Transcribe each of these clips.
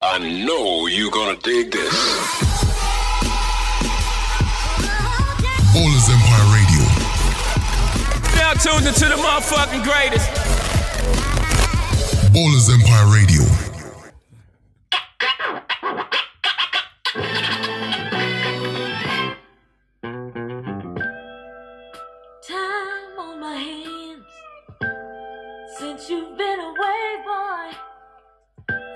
I know you're gonna dig this. All is Empire Radio. Now tuned into the motherfucking greatest. All is Empire Radio. Time on my hands since you've been away, boy.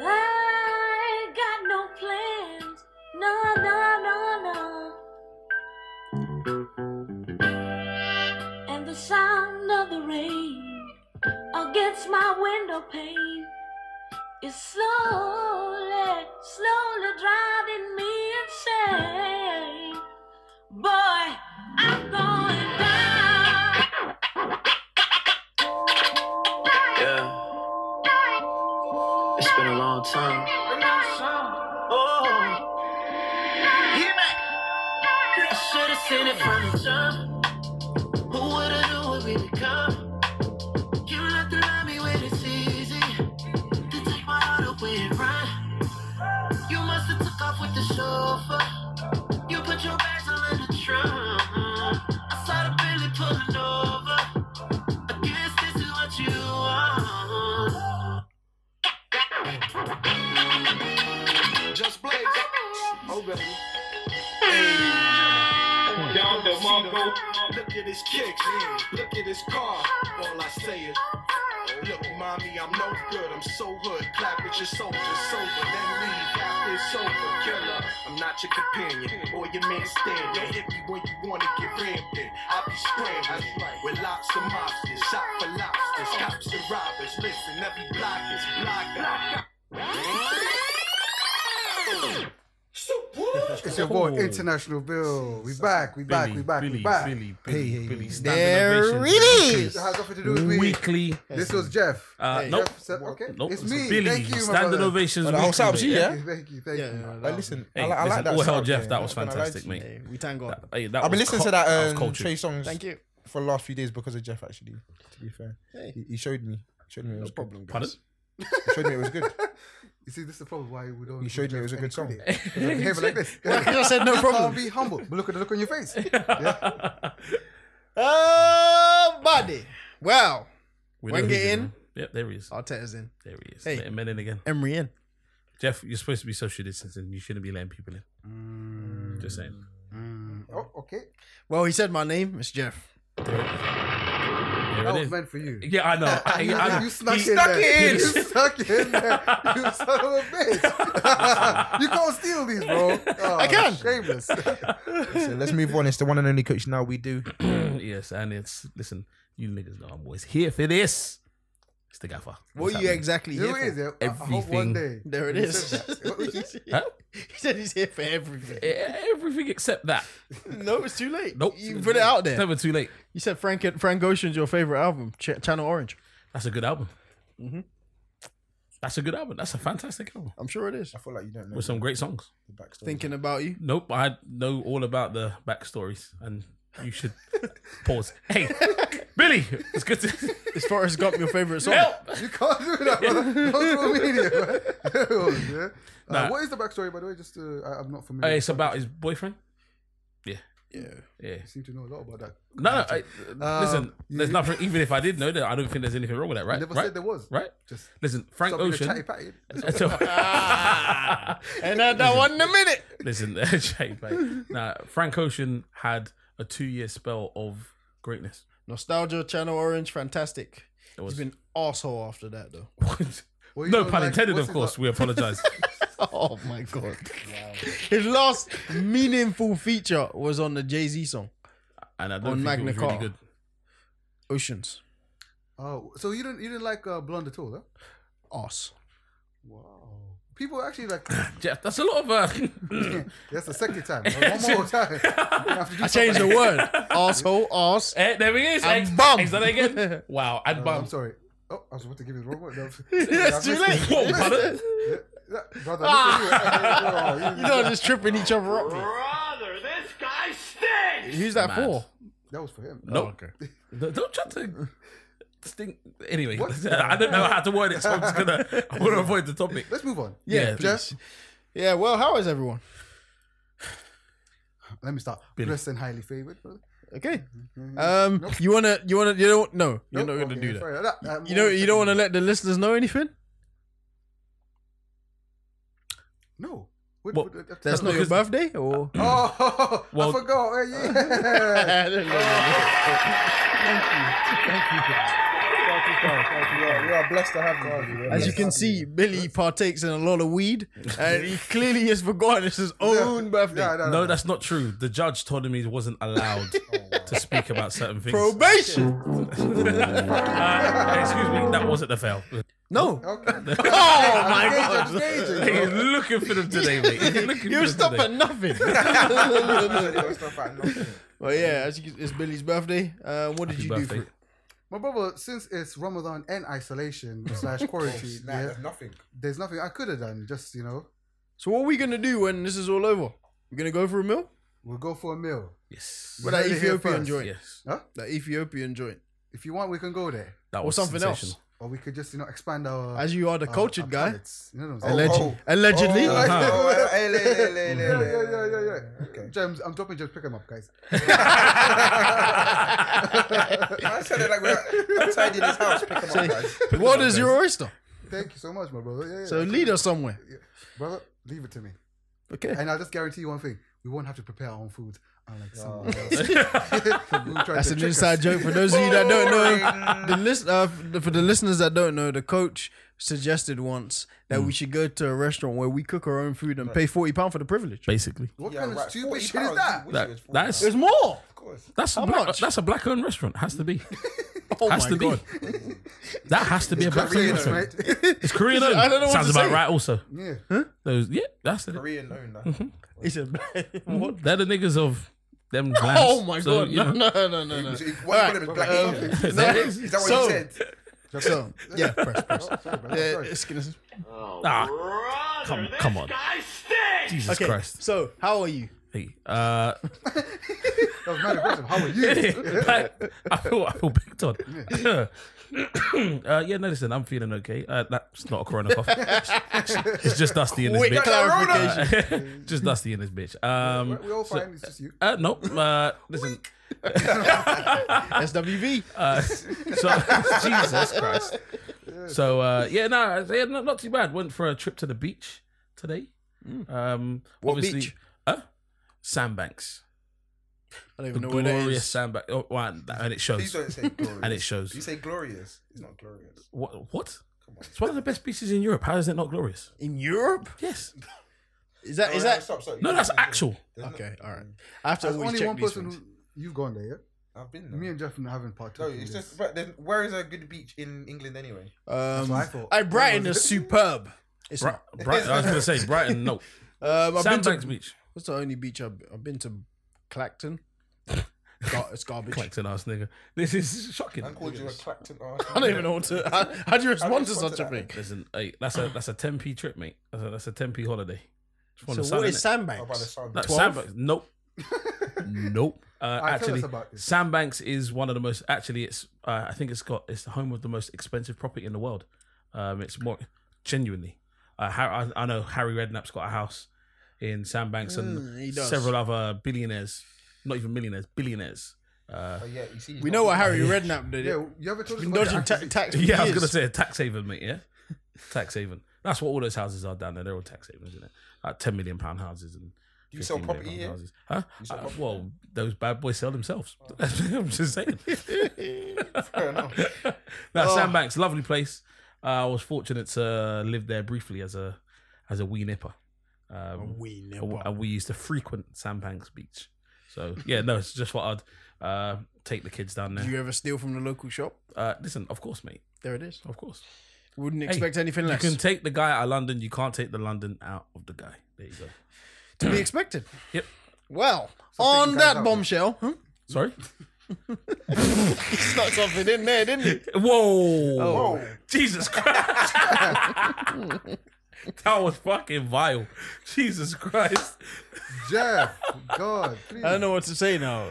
I ain't got no plans. No, no, no, no. And the sound of the rain against my window pane is slowly, slowly driving me insane. Boy, I'm going down. Yeah. It's been a long time. Oh. Hear me. I should have seen it from the jump. Who would have knew what we become? You left the line me when it's easy. To take my heart away and run. You must have took off with the chauffeur. You put your bags all in the trunk. I saw the Bentley pulling over. I guess this is what you want. Just blaze. Oh, really? Down the Mongo. Look at his kicks. Look at his car. All I say is, "Oh, look, mommy, I'm no good. I'm so hood. Clap with your soldiers. Sober, then leave after it's over. Killer, I'm not your companion or your man stand. They hit me when you want to get rammed in. I be scrambling with lots of mobsters. Shot for lobsters. Cops and robbers. Listen, every block is block. It's your boy International Bill. We back, we back, we back, we Billy, back. Billy, Billy, hey, hey, Billy. hey. Standing There ovations. it is. It has nothing to do with me. Weekly. This was Jeff. Uh, Hey, nope. Jeff said, okay, Nope. it's me. Billy, Thank you, my standing brother. ovations. Oh, the whole weekly, South Sea, mate. yeah? Thank you, thank you, thank Yeah, you. yeah, but listen, Hey, I, li- I listen, like that. all hell, sound, Jeff, yeah. that was I'm not gonna lie to fantastic, you. mate. Yeah, we thank God. That- hey, that I've been was listening cul- to that, that was um, cultured. Trey songs. Thank you. for the last few days because of Jeff. Actually, to be fair, Hey. he, he showed me. Showed me it was problem. Pardon? He showed me it was good. You see, this is the problem why we don't. He showed me it was a good song. Behave like this. I said no I'll be humble. But look at the look on your face. Um, Oh, buddy. Well, We Wenger know who's in. man. Yep, there he is. Arteta's in. oh, There he is. Hey. Let him in again. Emery in. Jeff, you're supposed to be social distancing. You shouldn't be letting people in. Just saying. Oh, okay. Well, he said my name. It's Jeff. There That it was is. meant for you. Yeah, I know. I, you, I know. you snuck He in snuck there. in. You snuck in there. You son of a bitch. you can't steal these, bro. Oh, I can. Shameless. So let's move on. It's the one and only coach now we do. yes, and it's listen, you niggas know I'm always here for this. It's the gaffer. What's What are you happening? exactly You know here what it is, for? yeah? I- I hope one Everything. day. There it you is. said that. What was it? Huh? he said he's here for everything. E- Everything except that. No, it's too late. Nope. You put it out It's there. never too late. You said Frank Frank Ocean's your favorite album, Ch- Channel Orange. That's a good album. Mm-hmm. That's a good album. That's a fantastic album I'm sure it is. I feel like you don't know with some great songs. the backstory. Thinking about you. Nope, I know all about the backstories, and you should pause. Hey, Billy, it's good to Is Forrest Gump your favorite song? help. You can't do that, bro. Don't do media, man. Yeah. Uh, Nah. What is the backstory, by the way? Just uh, I, I'm not Uh, familiar. it's about his boyfriend. Yeah, Yeah. Um, yeah. You seem to know a lot about that. No, no I, listen. you- There's nothing. Even if I did know that, I don't think there's anything wrong with that, I right? never right? said there was. Right? Just Listen, Frank something to Ocean. chatty patty. And that, that one in a minute. Listen, chatty patty. Nah, Frank Ocean had a two-year spell of greatness. Nostalgia, Channel Orange, fantastic. It He's was been asshole after that though. Well, you no know, pun like, intended, what's of course. his up- We apologize. Oh my god. His last meaningful feature was on the Jay Z song, and I On don't think Magna it was really Carta. good. Oceans. Oh, so you didn't you didn't like uh, blonde at all, huh? Ass. People actually like. Jeff, that's a lot of. Uh, That's the second time. One more time. I changed the word. Asshole, ass. eh, there he is. And eh. bum. Um, Is that again? Wow, and Oh, I'm bum. sorry. Oh, I was about to give you the wrong word. That's That's too late. Whoa, pardon? Brother, look at you. Oh, you- You know, just tripping each other up. here. Brother, this guy stinks! Who's that Mad. for? Oh, that was for him. Nope. Don't try to. stink. Anyway, What? I don't know how to word it, so I'm just gonna I want to avoid the topic. Let's move on. Yeah, Jess, Yeah, well, how is everyone? let me start. Billy. Blessed and highly favored. brother. Okay. Um, you wanna, you wanna, you don't, no, you're Nope, not gonna okay, do that. sorry. Uh, um, You know, you don't wanna let the listeners know anything. No. What- What? what- what- That's not your Because- birthday, or Oh, Well- I forgot. Uh, Yeah. We are blessed to have you. as you can see, Billy partakes in a lot of weed, and he clearly has forgotten it's his own birthday. Yeah, no, no, No, that's not true. The judge told him he wasn't allowed Oh, to speak about certain things. Probation. Uh, excuse me, that wasn't the fail. No. Okay. Oh my I'm god. gauging, I'm gauging. He's looking for them today, mate. He's looking You for stop them at today. nothing. That's Well, yeah, as you can, it's Billy's birthday. Uh, what did Happy you do for birthday. it? My brother, since it's Ramadan and isolation slash quarantine, yeah, nothing. there's nothing I could have done. Just you know, So what are we gonna do when this is all over? We're gonna go for a meal we'll go for a meal. Yes. with heard that it here Ethiopian first. joint. Yes. Huh? That Ethiopian joint, If you want, we can go there, That or was something else. sensational. or we could just you know expand our As you are the our- cultured our guy, palates. You know what I'm saying? Alleg- oh. allegedly. Yeah, yeah, yeah, yeah, yeah. James, I'm dropping. Just pick him up, guys. I said it like we're outside in his house. Pick him up, guys. What is your oyster? Thank you so much, my brother. Yeah, yeah. So lead us somewhere. brother, leave it to me. Okay. And I'll just guarantee you one thing: we won't have to prepare our own food. Unlike some. Oh. That's an inside joke for those of you that don't know. The list uh, for the listeners that don't know, the coach suggested once that Hmm. we should go to a restaurant where we cook our own food and pay forty pound for the privilege. Basically, What Yeah, kind of right, stupid 40 shit is pounds, that? which that, is 40 that's There's more. that's a How black, much? that's a black-owned restaurant. Has to be. Oh Has my to be. god. That has to be a black-owned Korean, restaurant. right? It's Korean owned. I don't know what Sounds to about say. right. Also, yeah. those yeah, that's it. Korean known. It's a black. Mhm. They're the niggas of them. Glands. Oh my So, god. you know. No, no, no, no, no. What you call him? Black Asian? That is- Is that what So- you said? So yeah, press, press. Oh, sorry, brother. Yeah, Sorry. it's gonna- Ah, come, come on. Jesus okay. Christ. So how are you? Hey, uh, That was not aggressive. How are you? like, I feel, I feel picked on. uh, yeah, no, listen, I'm feeling okay. Uh, that's not a corona cough. It's- it's just dusty in this Quick bitch. clarification. Uh, just dusty in this bitch. Um, we all fine. It's just you. uh, no, uh, listen. SWV. Uh, so Jesus Christ. So uh, yeah, no, yeah, not, not too bad. Went for a trip to the beach today. Um, Hmm. What obviously, beach? Huh? Sandbanks, I don't the even know where that glorious is. sandbank. Oh, wow, and it Please shows. don't say glorious. And it shows. You say glorious. It's not glorious. What? What? It's one of the best beaches in Europe. How is it not glorious? In Europe? Yes. Is that is that? Stop, stop. No, that's actual. Okay, all right. I have to There's always only check one these person things. who you've gone there. Yeah? I've been Me there. and Jeff haven't No, partaken. in it's this. just. But then, where is a good beach in England anyway? Um, what I thought. I Brighton is superb. It's Bri- not. Brighton. I was going to say Brighton. No, Um, I've been Sandbanks to, Beach. what's the only beach I've, I've been to? Clacton. Gar- it's garbage. Clacton ass nigga. This is shocking. I called you a Clacton arse. I don't even know what to. How, how do you respond to respond such to a thing? that? Listen, hey, that's a that's a ten p trip, mate. That's a, that's a ten p holiday. Just want to So sun what in is it. Oh, How about Oh, the sandbags? sun? No, 12? Sandbanks. Nope. nope. Uh, tell actually, us about this. Sandbanks is one of the most. Actually, it's. Uh, I think it's got. It's the home of the most expensive property in the world. Um, it's more genuinely. Uh, Har- I, I know Harry Redknapp's got a house in Sandbanks Mm, he and does. several other billionaires, not even millionaires, billionaires. Uh, Oh, yeah, you see, he's We not know what from- Harry Redknapp did. Yeah, It. you haven't told us Been about dodging the ta- actual- tax for yeah, I was years. gonna say a tax haven, mate. Yeah, tax haven. That's what all those houses are down there. They're all tax havens, isn't it? Like ten million pound houses and. Do you sell 15 million pound property here? houses. Huh? You sell Uh, property? Oh. well, those bad boys sell themselves. I'm just saying. Fair enough. Oh. now, Sandbanks, lovely place. Uh, I was fortunate to live there briefly as a as a wee nipper. Um, We and know. we- and we used to frequent Sandbanks Beach. So yeah, no, it's just what I'd uh, take the kids down Did there. you ever steal from the local shop? Uh, listen, of course, mate, There it is. of course. Wouldn't expect anything less. You can take the guy out of London. You can't take the London out of the guy. There you go. to be expected. Yep. Well, you on guys that out. bombshell, huh? Sorry. snuck something in there, didn't he? Whoa. Whoa. Jesus Christ. That was fucking vile. Jesus Christ. Jeff, God, please. I don't know what to say now.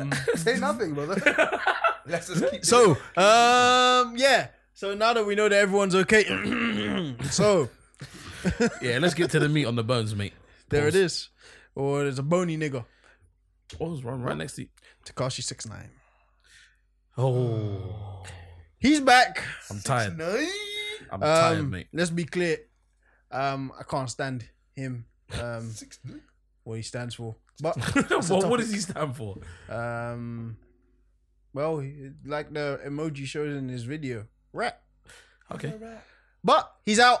Um, Say nothing, brother. Let's just keep. so, um, yeah. So now that we know that everyone's okay, so Yeah, let's get to the meat on the bones, mate. there it is. Or there's a bony nigga, What was wrong right next to you? Takashi six nine. Oh, He's back. I'm tired. I'm Um, tired, mate. Let's be clear. Um, I can't stand him. Um, what he stands for, but that's a what, what does topic. he stand for? Um, well, he- like the emoji shows in his video, rat. Okay. But he's out.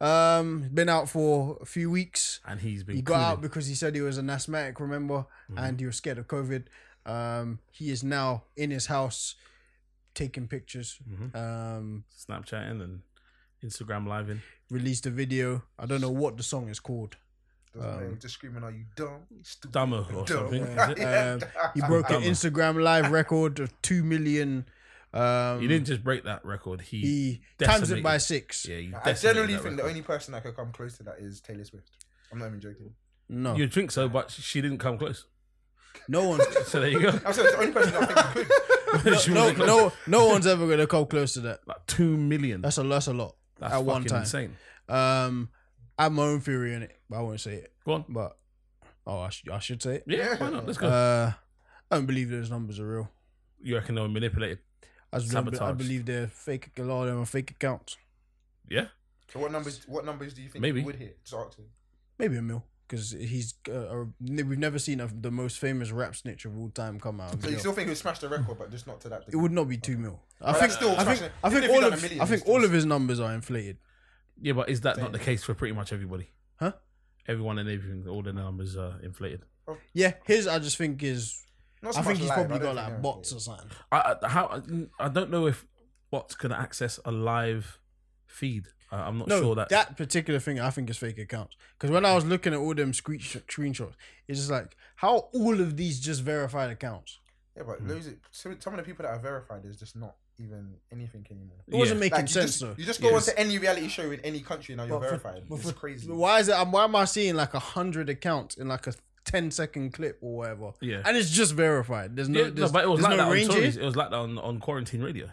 Um, he's been out for a few weeks. And he's been He got out cooling. Mm. because he said he was an asthmatic, remember, and he was scared of COVID. Um, he is now in his house taking pictures. Um, Mm-hmm. Snapchatting and Instagram living. released a video. I don't know what the song is called. Um, just screaming, "Are you dumb? Stupid, Dumber or something. is it? Um, he broke an Bummer. Instagram live record of two million. Um, He didn't just break that record. He, he times it decimated- by six. Yeah, he I decimated generally that think the record. only person that could come close to that is Taylor Swift. I'm not even joking. No, You'd think so, but she didn't come close. no one's So there you go. I'm sorry, it's the only person that I think could. She no, wasn't close. no, no one's ever gonna come close to that. Like two million. That's a that's a lot That's at one fucking time. insane. Um, I have my own theory on it, but I won't say it. Go on. But oh, I, sh- I should say it. Yeah, why not? Let's go. Uh, I don't believe those numbers are real. you reckon they were manipulated? I, just don't be- I Sabotage. believe they're fake. A lot of them are fake accounts. Yeah. So what numbers? What numbers do you think Maybe. he would hit? Just ask him. Maybe a mil. Because he's uh, uh, we've never seen a, the most famous rap snitch of all time come out. of So you jail. still think he would smash the record, but just not to that it degree? would not be two mil. I But think that's still I think smashing- I even think if he all done of a million, I it's think still all of his numbers are inflated. Yeah, but is that not the case for pretty much everybody? Huh? Everyone and everything, all the numbers are inflated. Yeah, his I just think is Not so I think much he's live, probably I don't got think like they're bots inflated. or something. I I- how I don't know if bots can access a live feed. I, I'm not No, sure that. that particular thing I think is fake accounts. Because when I was looking at all them screech- screenshots, it's just like how are all of these just verified accounts. Yeah, but loads of, some, some of the people that are verified is just not even anything anymore. It wasn't making Like, you sense just, though. You just go Yes. onto any reality show in any country now you're But for- verified. but it's for- crazy. Why is it? um, Why am I seeing like a hundred accounts in like a 10 second clip or whatever? Yeah. and it's just verified. There's no, yeah, no, there's, but it was there's like no that on range. Tories. here. It was like that on, on quarantine radio.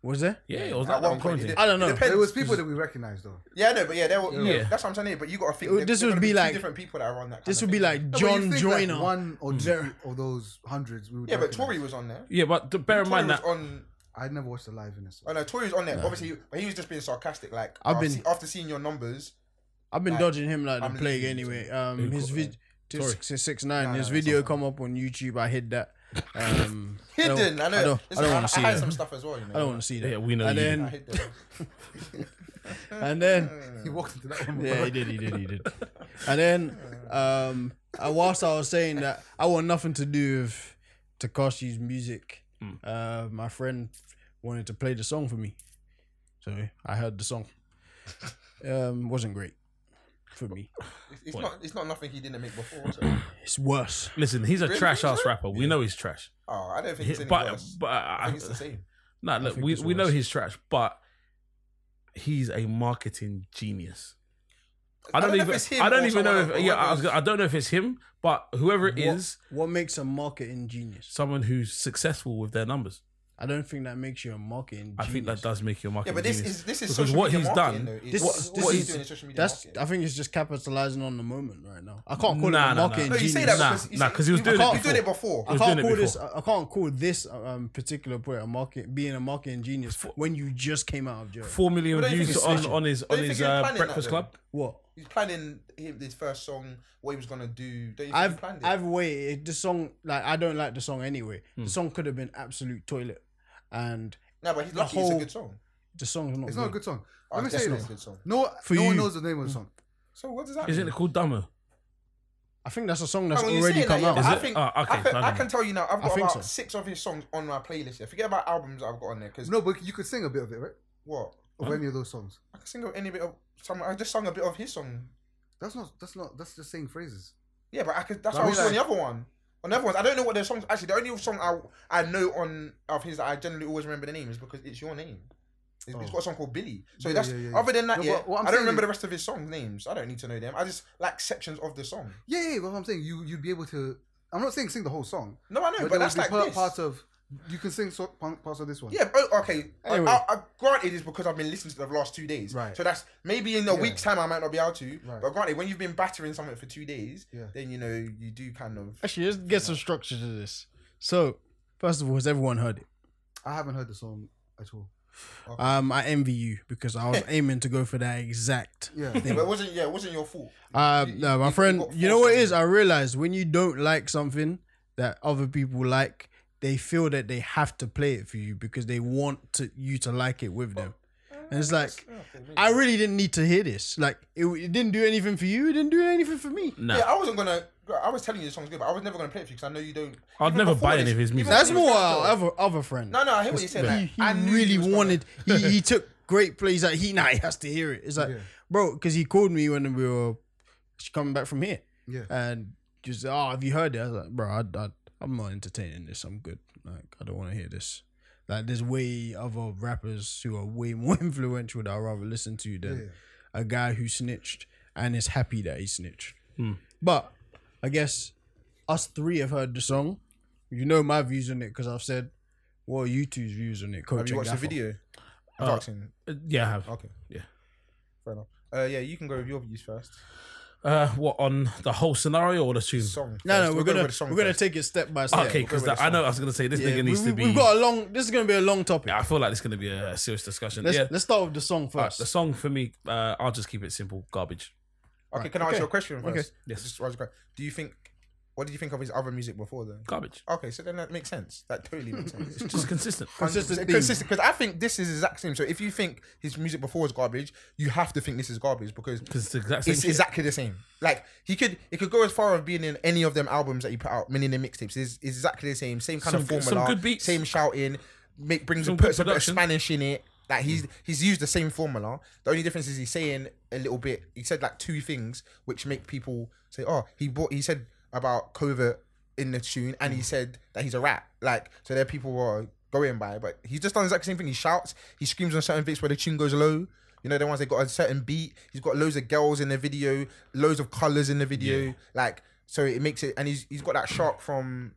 Was there? Yeah, it was like that At one on point, quarantine. it I don't know. depends. it was people that we recognized, though. Yeah, no, but yeah, there were, Yeah. that's what I'm saying. Here, but you got to think. It would- there- this there would gotta be two like- different people that are on that. This kind would of be thing. like No, but you John think, like, Joyner. one or two Ver- of those hundreds. We would Yeah, but recognize. Tory was on there. Yeah, but to bear in Tory mind was that on. I'd never watched the live in this. Oh no, Tory was on there. Obviously, but he was just being sarcastic. Like I've after been- see- after seeing your numbers. I've been Like, dodging him like the I'm plague leaving. anyway. Um, Who his caught vid. to Tory. six, six nine. no, his it's video not. come up on YouTube. I hid that. Um, I don't- Hidden. I know. I don't, I Listen, don't I, want to see I had that. some stuff as well. You know? I don't want to see that. Yeah, we know And you then, I hid them. and then, He walked into that one. yeah, he did, he did, he did. And then, um, I, whilst I was saying that I want nothing to do with Takashi's music, uh, my friend wanted to play the song for me, so I heard the song. Um, wasn't great for me. It's- It's not. It's not nothing he didn't make before. So. It's worse. listen, he's a trash ass rapper. We know he's trash. Oh, I don't think it's any but worse. but I I, uh, think it's the same. no, look, think we, it's we know worse. he's trash, but he's a marketing genius. I don't, know if even. it's him I don't or even know. someone If, else, yeah, but I, was, gonna- I don't know if it's him, but whoever it is, What- What makes a marketing genius? someone who's successful with their numbers. I don't think that makes you a marketing. I think that genius. does make you a marketing Yeah, but this genius. is this is because social what media he's marketing, done. though. This- It's- this what is- he's doing is social media That's. marketing. I think it's just capitalizing on the moment right now. I can't call Nah, it nah, a nah. marketing No, you genius. say that Nah, because he's- nah, 'cause he was he doing it He was doing it before. I was can't doing it call this. I can't call this um, particular player a market being a marketing genius when you just came out of jail. Four million But don't you views think on, it's- on his don't on you his think he's uh, planning that, Breakfast though? Club. What? He's planning him his first song, what he was gonna do. Don't you think he I've planned it? I've waited. The song like I don't like the song anyway. Hmm. The song could have been absolute toilet, and no, but he's lucky. It's whole- a good song. the song's not. It's not a good. good song. Oh, Let me say definitely this. a good song. No, For no one you. knows the name of the song. So what does that? Isn't mean? it called Dumber? I think that's a song Oh, that's when you already say come that, out. yeah, Is I it? think, Oh, okay, I, so I think don't I know. can tell you now. I've I got think about so. six of his songs on my playlist. Yeah, forget about albums I've got on there. Because No, but you could sing a bit of it, right? what Of any of those songs. I can sing any bit of some. I just sung a bit of his song. That's not. That's not. That's just saying phrases. Yeah, but I could. That's But I what I was mean, doing the like- other one. On the other ones, I don't know what their songs. Actually, the only song I I know on of his that I generally always remember the name is because it's your name. He's he's got a song called Billy. So Oh. Yeah, that's yeah, yeah, yeah. other than that, No, yeah, but what I'm I don't saying remember is- the rest of his song names. I don't need to know them. I just like sections of the song. Yeah, yeah, but what I'm saying, you you'd be able to. I'm not saying sing the whole song, No, I know, but, there that's would like be part, this. parts of. You can sing so, part- parts of this one. Yeah, oh, okay. Anyway. I, I, I, granted, it's because I've been listening to the last two days. Right. So that's maybe in a Yeah. week's time I might not be able to. Right. But granted, when you've been battering something for two days, Yeah. then you know you do kind of. Actually, let's get some structure to this. So, first of all, has everyone heard it? I haven't heard the song at all. Um, I envy you because I was aiming to go for that exact. Yeah, Yeah, but it wasn't yeah, it wasn't your fault. Uh, You- no, you- my you friend, got you know what it is? forced I realized when you don't like something that other people like, they feel that they have to play it for you because they want to, you to like it with them. And it's like, I really didn't need to hear this. Like, it, it didn't do anything for you. It didn't do anything for me. Nah. Yeah, I wasn't gonna. I was telling you the song's good, but I was never gonna play it for you because I know you don't. I'd even never before buy this- any of his even music. That's before more this our song- other other friend. No, no, I hear what you said. he, Like, he I knew you really was gonna- wanted. He, he took great plays. Like he now he has to hear it. It's like, Yeah. bro, because he called me when we were coming back from here, yeah. and just oh, have you heard it? I was like, bro, I, I, I'm not entertaining this. I'm good. Like I don't want to hear this. Like there's way other rappers who are way more influential that I rather listen to than Yeah. a guy who snitched and is happy that he snitched. Hmm. But I guess us three have heard the song. You know my views on it because I've said, "What are you two's views on it?" Coach Have you and watched the Gaffer? video? Uh, Jackson. yeah, I have. Okay. Yeah. Fair enough. Uh, yeah, you can go with your views first. Uh, what on the whole scenario or the tune? Song. No, first. no, we're We'll go gonna with the song we're gonna first. take it step by step. Okay, because I know I was gonna say this Yeah, nigga needs we, to we- be. We've got a long. This is gonna be a long topic. I feel like this is gonna be a serious discussion. let's, yeah, let's start with the song Alright, first. the song for me, uh, I'll just keep it simple. Garbage. Okay, Right. can I ask Okay. you a question Okay. first? Yes. Just ask a question. Do you think? What did you think of his other music before then? Garbage. Okay, so then that makes sense. That totally makes sense. It's Hmm. just consistent. Consistent theme. Consistent, because I think this is the exact same. So if you think his music before is garbage, you have to think this is garbage because Because it's the exact same. it's shit. exactly the same. Like he could, it could go as far as being in any of them albums that he put out, meaning the mixtapes. Is exactly the same, same kind of Some good- formula, some good beats. same shouting, make brings Some some, good puts a bit of production. Spanish in it. Like he's he's used the same formula. The only difference is he's saying a little bit. He said like two things which make people say, "Oh, he bought." He said about covert in the tune, and Mm. he said that he's a rat. Like so, there are people who are going by, it, but he's just done the exact same thing. He shouts, he screams on certain bits where the tune goes low. You know, the ones that got a certain beat. He's got loads of girls in the video, loads of colors in the video. Like so, it makes it, and he's he's got that shark from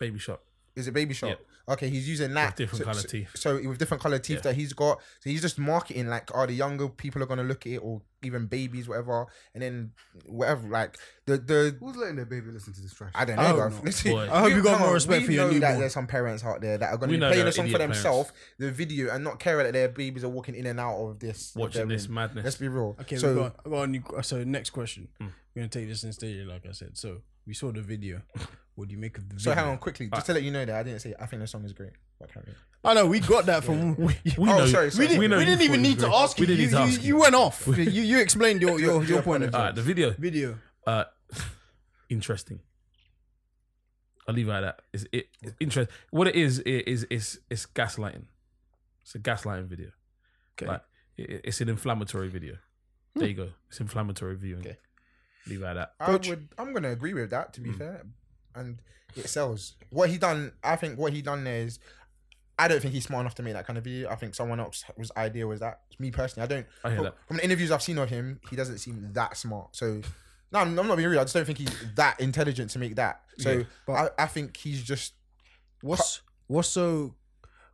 Baby Shark. is it Baby Shark? Okay, he's using that With different so, colour so- teeth. So with different color teeth Yeah. that he's got, so he's just marketing like, are the younger people are gonna look at it, or even babies, whatever, and then whatever. Like the the Who's letting their baby listen to this trash? I don't I know. don't bruv. know. Listen, Oh, Boy. I hope we- you got come more on, respect we for your know that newborn. there's some parents out there that are gonna We be know playing there the are song for idiot parents. themselves, the video, and not care that their babies are walking in and out of this of Watching their this room. madness. Let's be real. Okay, so we got, I got a new, uh, so next question. Hmm. We're gonna take this in stage, like I said. So we saw the video. What do you make of the so video? hang on quickly, just to let you know that I didn't say I think the song is great. But carry on. I know Oh, we got that from. We, We Oh, know. sorry, sorry. we didn't, We know we you didn't thought even you need were to great. ask We you. didn't You, need to you- ask you went off. you, you explained your your, your point of view. All right, the video. Video. Uh, interesting. I'll leave it at that. It's, it, it's interesting. What it is it is is it's gaslighting. It's a gaslighting video. Okay. Like it, it- it's an inflammatory video. There you go. It's inflammatory viewing. Okay. Leave it at that. I would. I'm gonna agree with that. To be Mm. fair, and it sells. What he done, I think. What he done there is, I don't think he's smart enough to make that kind of video. I think someone else was idea was that. Me personally, I don't. I hear from, that. from the interviews I've seen of him, he doesn't seem that smart. So. No, I'm, I'm not being real. I just don't think he's that intelligent to make that. So Yeah, I, I think he's just What's what's so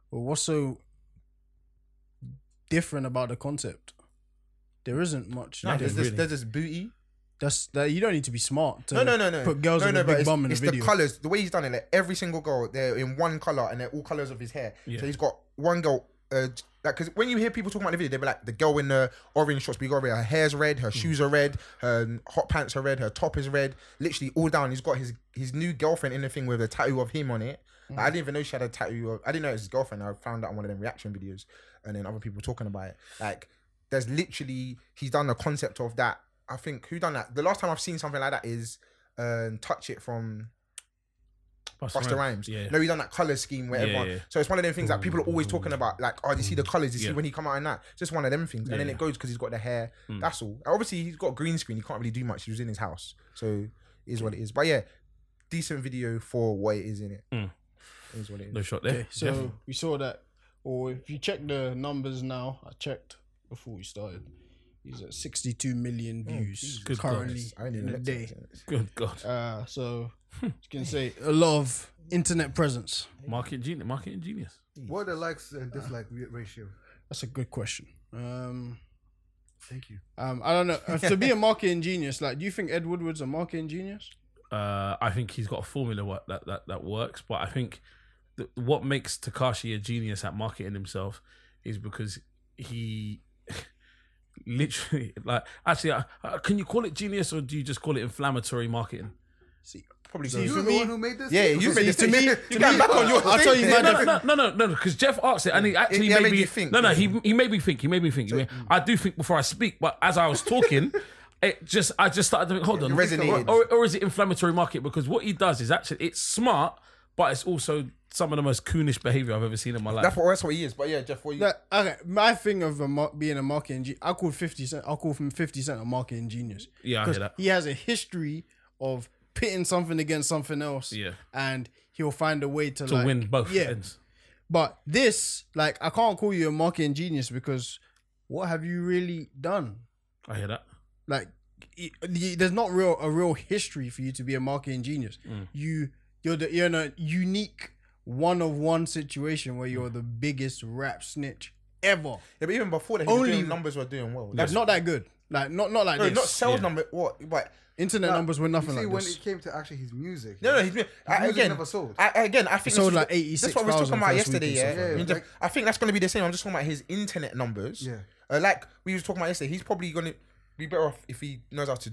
what's so different about the concept? There isn't much. no, there. there's, this, really. there's this booty. That's that. You don't need to be smart to No, no, no, no. put girls no, with no, a but big it's, bum in the it's video. the colors, the way he's done it. Like every single girl, they're in one color and they're all colors of his hair. Yeah. So he's got one girl. Uh, like, cause when you hear people talking about the video, they be like, the girl in the orange shorts, but you got to realize her hair's red, her shoes are red, her um, hot pants are red, her top is red. Literally all down. He's got his his new girlfriend in the thing with a tattoo of him on it. Like, I didn't even know she had a tattoo. Of, I didn't know it was his girlfriend. I found out on one of them reaction videos, and then other people talking about it. Like, there's literally he's done the concept of that. I think who done that? The last time I've seen something like that is um, touch it from Buster Rhymes. Yeah. No, he done that color scheme where Yeah, everyone. yeah. Mm. So it's one of them things that people are always talking about. Like, oh, do you see the colors? Do you Yeah. see when he come out in that? It's just one of them things. And then Yeah. Mm. it goes because he's got the hair. That's all. And obviously, he's got green screen. He can't really do much. He was in his house, so it is what it is. But yeah, decent video for what it is in it. Mm. It is what it is. No shot there. So we saw that. or if you check the numbers now, I checked before we started. He's at 62 million views Good currently goodness. Oh, I didn't in even a look day. at it. Good God. Uh, so Hmm. you can say a lot of internet presence. Marketing genius. Marketing genius. What are the likes Ah. and dislike re- ratio? That's a good question. Um, Thank you. um, I don't know. Uh, to be a marketing genius, like, do you think Ed Woodward's a marketing genius? Uh, I think he's got a formula what, that, that that works. But I think th- what makes Takashi a genius at marketing himself is because he literally like actually uh, uh, can you call it genius or do you just call it inflammatory marketing? Probably See, goes- You're for the me- one who made this. Yeah, you made See, this to me, to You me- got back on your. I'll tell you, thing. man, No, no, no, no, no, because Jeff asked it, and he actually yeah, made, made me you think, No, no, he yeah. he made me think. He made me think. He made- I do think before I speak, but as I was talking, it just I just started to think, hold on, resonated. Or, or is it inflammatory market? Because what he does is actually it's smart, but it's also some of the most coonish behavior I've ever seen in my life. That's what, that's what he is. But yeah, Jeff, what you? That, okay, my thing of a mar- being a marketing genius, I call fifty cent. I call from fifty cent a marketing genius. Yeah, I hear 'Cause that. He has a history of pitting something against something else. Yeah. and he'll find a way to, to like, win both Yeah, ends. but this, like, I can't call you a marketing genius because what have you really done? I hear that. like y- y- there's not real a real history for you to be a marketing genius. Mm. You you're the you're in a unique one of one situation where you're the biggest rap snitch ever. Yeah, but even before that, he was Only- doing numbers were doing well. Like not that good. Like not not like no, this. not sales yeah. number. What? But Internet numbers were You nothing see, like when this. it came to actually his music, No, no, he's been, I, music again. never sold. I, again, I think this sold is- like This is what we were 86,000 talking about first yesterday. weekend Yeah, sold. Yeah, I, mean, just- like- I think that's going to be the same. I'm just talking about his internet numbers. Yeah. uh, like we were talking about yesterday, he's probably going to be better off if he knows how to.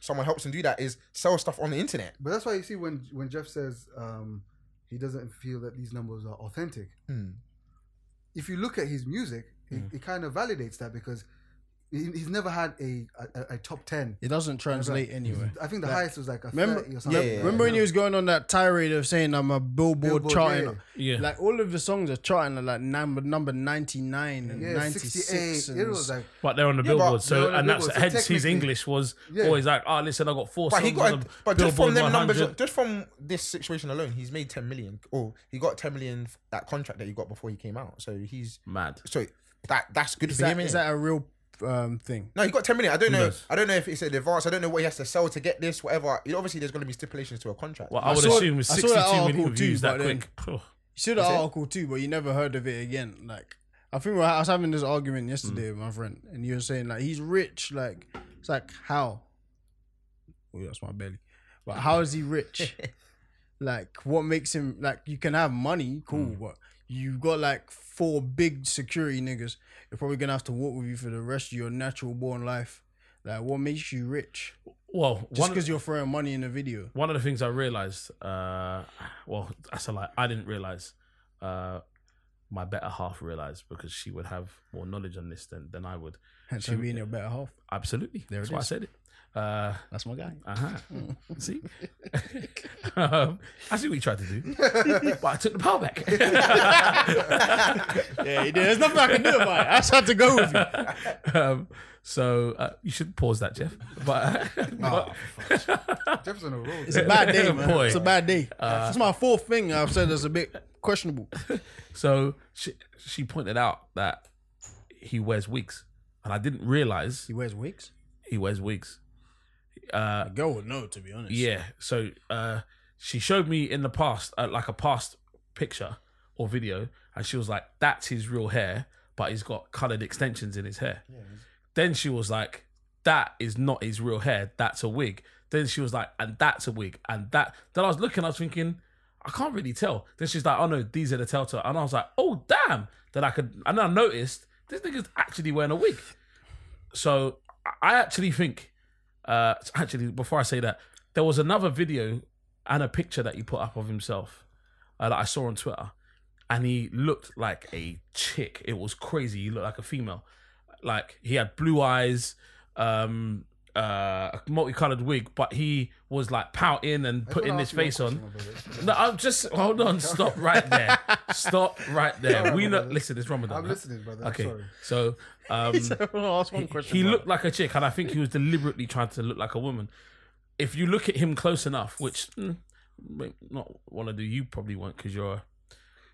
Someone helps him do that is sell stuff on the internet. But that's why you see when when Jeff says um, he doesn't feel that these numbers are authentic. Hmm. If you look at his music, it, it kind of validates that because he, he's never had a a, a- a top ten. It doesn't translate anywhere. I think the Like, highest was like a Remember, 30 or yeah, something. remember when he was going on that tirade of saying I'm a Billboard, Billboard, charting, yeah. Yeah. like all of the songs are charting at like number number ninety nine and yeah, ninety six. 68. It was like But they're on the Yeah, but billboard, they're so on the and that's billboard, so hence his technically- English was Yeah. always like, "Oh, listen, I got four But songs he got, on a, the but just billboard from them 100. numbers, just from this situation alone, he's made ten million. Or he got ten million f- that contract that he got before he came out. So he's mad. so that that's good is for that, him. is innit? that a real um, thing? No, he got ten million. I don't know. knows? I don't know if it's an advance. I don't know what he has to sell to get this. Whatever. You know, Obviously, there's going to be stipulations to a contract. Well, I, would saw- assume with I saw 62 that million article too, views that but then- quick. Oh. Phew. You see the article too, but you never heard of it again. Like I think I was having this argument yesterday with my friend, and you were saying like he's rich. Like it's like how? Oh, that's my belly. But how is he rich? like what makes him like? You can have money, cool, but you got like four big security niggas. You're probably gonna have to walk with you for the rest of your natural born life. Like what makes you rich? Well, Just one, because you're throwing money in a video. one of the things I realized, uh, well, that's a lie. I didn't realize. Uh, my better half realized because she would have more knowledge on this than, than I would. Hence, She- you being your better half. Absolutely, There it that's why I is. said it. Uh, That's my guy. uh-huh. see, um, I see what you tried to do, but I took the power back. Yeah, he did. There's nothing I can do about it. I just had to go with you. um, so uh, you should pause that, Jeff. But, Ah. Oh, but- Jeff's on a roll. It's a bad day, man. Boy. It's a bad day. Uh, It's my fourth thing I've said that's a bit questionable. so she she pointed out that he wears wigs, and I didn't realize He wears wigs? he wears wigs. Uh, A girl would know, to be honest. Yeah. So uh, she showed me in the past, uh, like a past picture or video, and she was like, "That's his real hair, but he's got coloured extensions in his hair." Then she was like, "That is not his real hair. That's a wig." Then she was like, "And that's a wig, and that." Then I was looking, I was thinking. I can't really tell. Then she's like, "Oh no, these are the telltale," and I was like, "Oh damn!" Then I could, and then I noticed this nigga's actually wearing a wig. So I- I actually think uh, actually, before I say that, there was another video and a picture that he put up of himself uh, that I saw on Twitter, and he looked like a chick. It was crazy. He looked like a female. Like he had blue eyes, um, uh, a multicolored wig, but he was like pouting and putting his face on. No, I'm just hold on. Stop right there. Stop right there. Sorry, We brother. not listen. It's Ramadan. I'm huh? listening, brother. Okay, I'm sorry. so um, I'll ask one question. he bro. looked like a chick, and I think he was deliberately trying to look like a woman. If you look at him close enough, which mm, may not want to do, you probably won't because you're a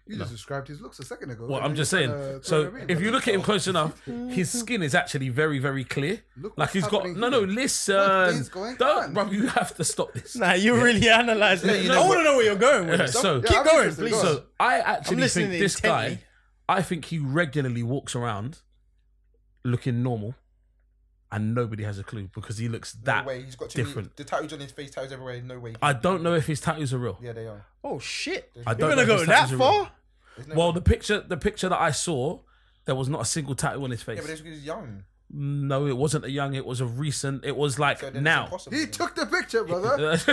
You just described his looks a second ago. Well, and I'm then just you saying. kinda- so kinda read if it. you look at Oh, him close enough, his skin is actually very, very clear. Look like what's he's got happening no, no. here. Listen, is going don't, on? bro. You have to stop this. Nah, you're really analyzing. you I know want to know where you're going with Yeah, this. so- keep I'm going, interested, please. go on. So I I'm actually listening think this guy, intently. I think he regularly walks around looking normal, and nobody has a clue because he looks that no way. He's got too different. Many, the tattoos on his face, tattoos everywhere. No way. I don't know if his tattoos are real. yeah, they are. oh shit! I You're don't gonna know go if that his tattoos are real. far? There's no Well, way. the picture, the picture that I saw, there was not a single tattoo on his face. yeah, but this was young. no, it wasn't a young. It was a recent. It was like So then it's now. impossible. He took the picture, brother. no,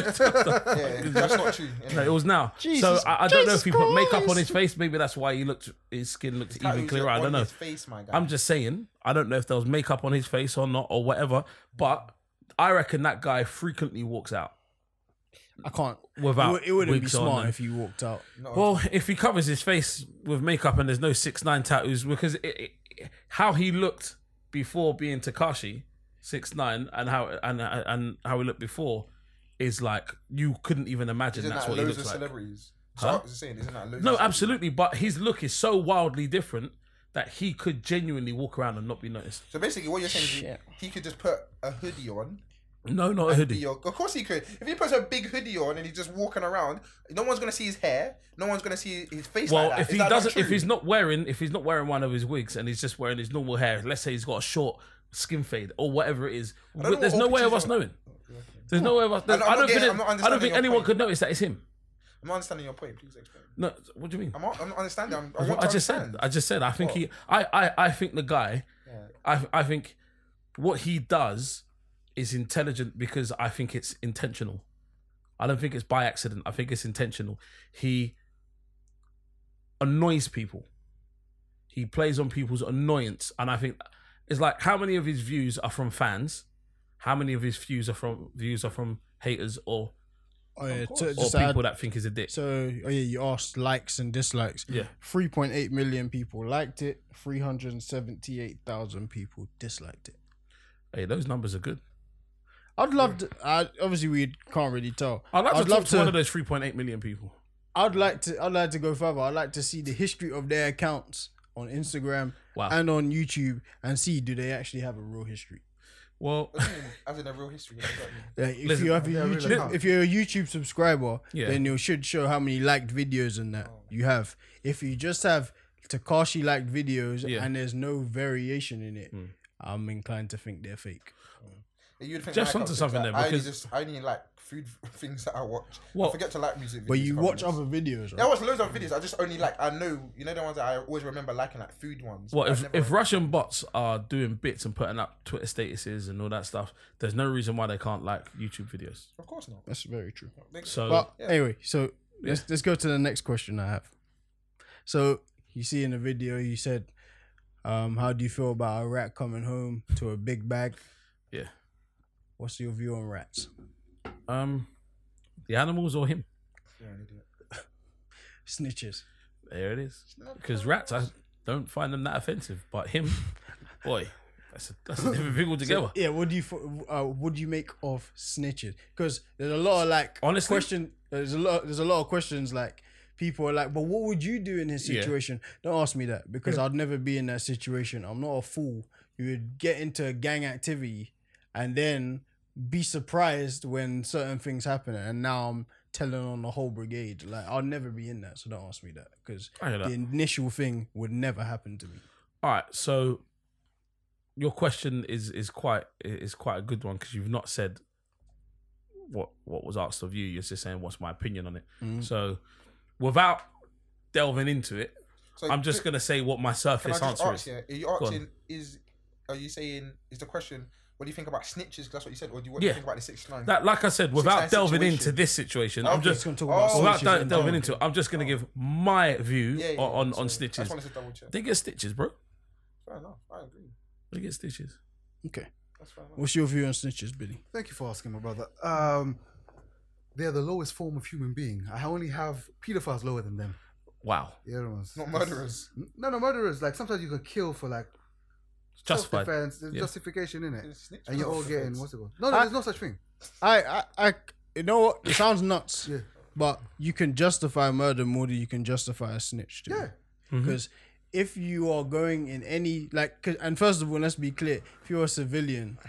Yeah, that's not true. you know. it was now. Jesus- so I, I don't know Jesus if he put makeup on Christ. his face. Maybe that's why he looked. His skin looked even Tattoos clearer. are I on don't know. His face, my guy. I'm just saying. I don't know if there was makeup on his face or not or whatever. But I reckon that guy frequently walks out I can't. without. it, would- it wouldn't be wigs on smart and- if you walked out. Well, if he covers his face with makeup and there's no six nine tattoos, because it, it, how he looked before being Takashi six nine and how and and how he looked before is like you couldn't even imagine isn't that's that what he loads of looks like. celebrities? So Huh? I was saying, isn't that loads? No, of absolutely, but his look is so wildly different that he could genuinely walk around and not be noticed. So basically, what you're saying is he- Shit. he could just put a hoodie on. No, not a be hoodie. your- Of course he could. If he puts a big hoodie on and he's just walking around, no one's gonna see his hair. No one's gonna see his face. Well, like that. if Is he that doesn't, true? if he's not wearing, if he's not wearing one of his wigs and he's just wearing his normal hair, let's say he's got a short skin fade or whatever it is, don't know there's what no all way of us pictures are. knowing. There's no way of us. I'm not I don't getting- think. I'm not it- I understanding don't think your anyone point. could notice that it's him. I'm not understanding your point. Please explain. No, what do you mean? I'm, not- I'm not understanding. I'm, I, That's want what to I just understand. said. I just said. I think What? he. I, I. I. think the guy. I. I think what he does is intelligent because I think it's intentional. I don't think it's by accident. I think it's intentional. He annoys people. He plays on people's annoyance, and I think it's like how many of his views are from fans, how many of his views are from views are from haters or Oh yeah, to- or just to add- people that think he's a dick. So, oh yeah, you asked likes and dislikes. Yeah. 3.8 million people liked it, 378,000 people disliked it. Hey, those numbers are good. I'd love to, I, obviously we can't really tell. I'd like to I'd talk love to, to, one of those 3.8 million people. I'd like to I'd like to go further. I'd like to see the history of their accounts on Instagram Wow. and on YouTube and see do they actually have a real history. Well, As in a real history. like that. Like, if Listen, you have a yeah, really YouTube, can't. if you're a YouTube subscriber, Yeah. then you should show how many liked videos and Oh. that you have. If you just have Takashi liked videos Yeah. Hmm. and there's no variation in it, I'm inclined to think they're fake. You'd think Just my onto account something like, there, I only because- just I only like food things that I watch. Well- I forget to like music. Videos, But you if I'm watch honest. other videos, Yeah, I right? watch loads of videos. I just only like I know you know the ones that I always remember liking like food ones. well, but if, I've never- if Russian bots are doing bits and putting up Twitter statuses and all that stuff, there's no reason why they can't like YouTube videos. of course not. That's very true. Makes- So, But anyway, so let's let's go to the next question I have. So you see in the video, you said, um, "How do you feel about a rat coming home to a big bag?" Yeah. What's your view on rats? um, the animals or him? Yeah, an idiot. Snitches. There it is. Because rats, I don't find them that offensive, but him, boy, that's a, that's a different thing altogether. Yeah, what do you fo- uh, what do you make of snitching? Because there's a lot of like Honestly? question. There's a lot. There's a lot of questions like people are like, but what would you do in this Yeah. situation? Don't ask me that because I'd never be in that situation. I'm not a fool. You would get into a gang activity and then be surprised when certain things happen, and now I'm telling on the whole brigade. Like I'll never be in that, so don't ask me that because I hear the that. initial thing would never happen to me. All right, so your question is is quite is quite a good one because you've not said what what was asked of you. You're just saying what's my opinion on it. Mm. So, without delving into it, So I'm just ju- gonna say what my Can I surface just answer is. ask you? Are you on. asking? Is are you saying? Is the question? What do you think about snitches? That's what you said, or do you, what do Yeah. you think about the six nine? That, like I said, without nice delving situation. into this situation, Okay. I'm just Just gonna talk about Oh, without snitches del- and delving all. into it. I'm just gonna give my view yeah, yeah, on on, so on I snitches. just wanted to double check. They get stitches, bro. Fair enough. I agree. They get stitches. Okay, That's fair enough. what's your view on snitches, Billy? Thank you for asking, my brother. Um, they're the lowest form of human being. I only have pedophiles lower than them. Wow, Yeah, Romans. Not murderers. No, no, murderers. Like sometimes you can kill for like it's justified. self-defense. There's Yeah. justification in it, It's snitch and you're all self-defense. getting what's it called? No, no, I- there's no such thing. I, I, I, you know what? It sounds nuts. Yeah. But you can justify murder more than you can justify a snitch. To Yeah. Mm-hmm. Because if you are going in any like, 'cause- and first of all, let's be clear: if you're a civilian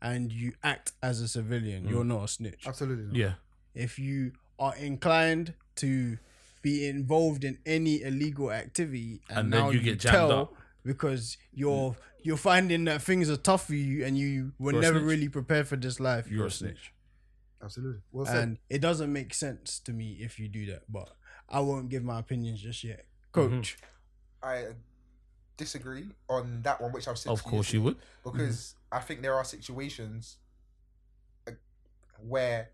and you act as a civilian, you're Mm. not a snitch. Absolutely. Not. Yeah. If you are inclined to be involved in any illegal activity, and, And then now you you, get jammed tell up. Mm. because you're you're finding that things are tough for you, and you were You're a never snitch. really prepared for this life. You're a snitch. Absolutely. Well said. and it doesn't make sense to me if you do that. But I won't give my opinions just yet, Coach. I disagree on that one, which I've said. Of to course you would. Mm-hmm. because I think there are situations uh, where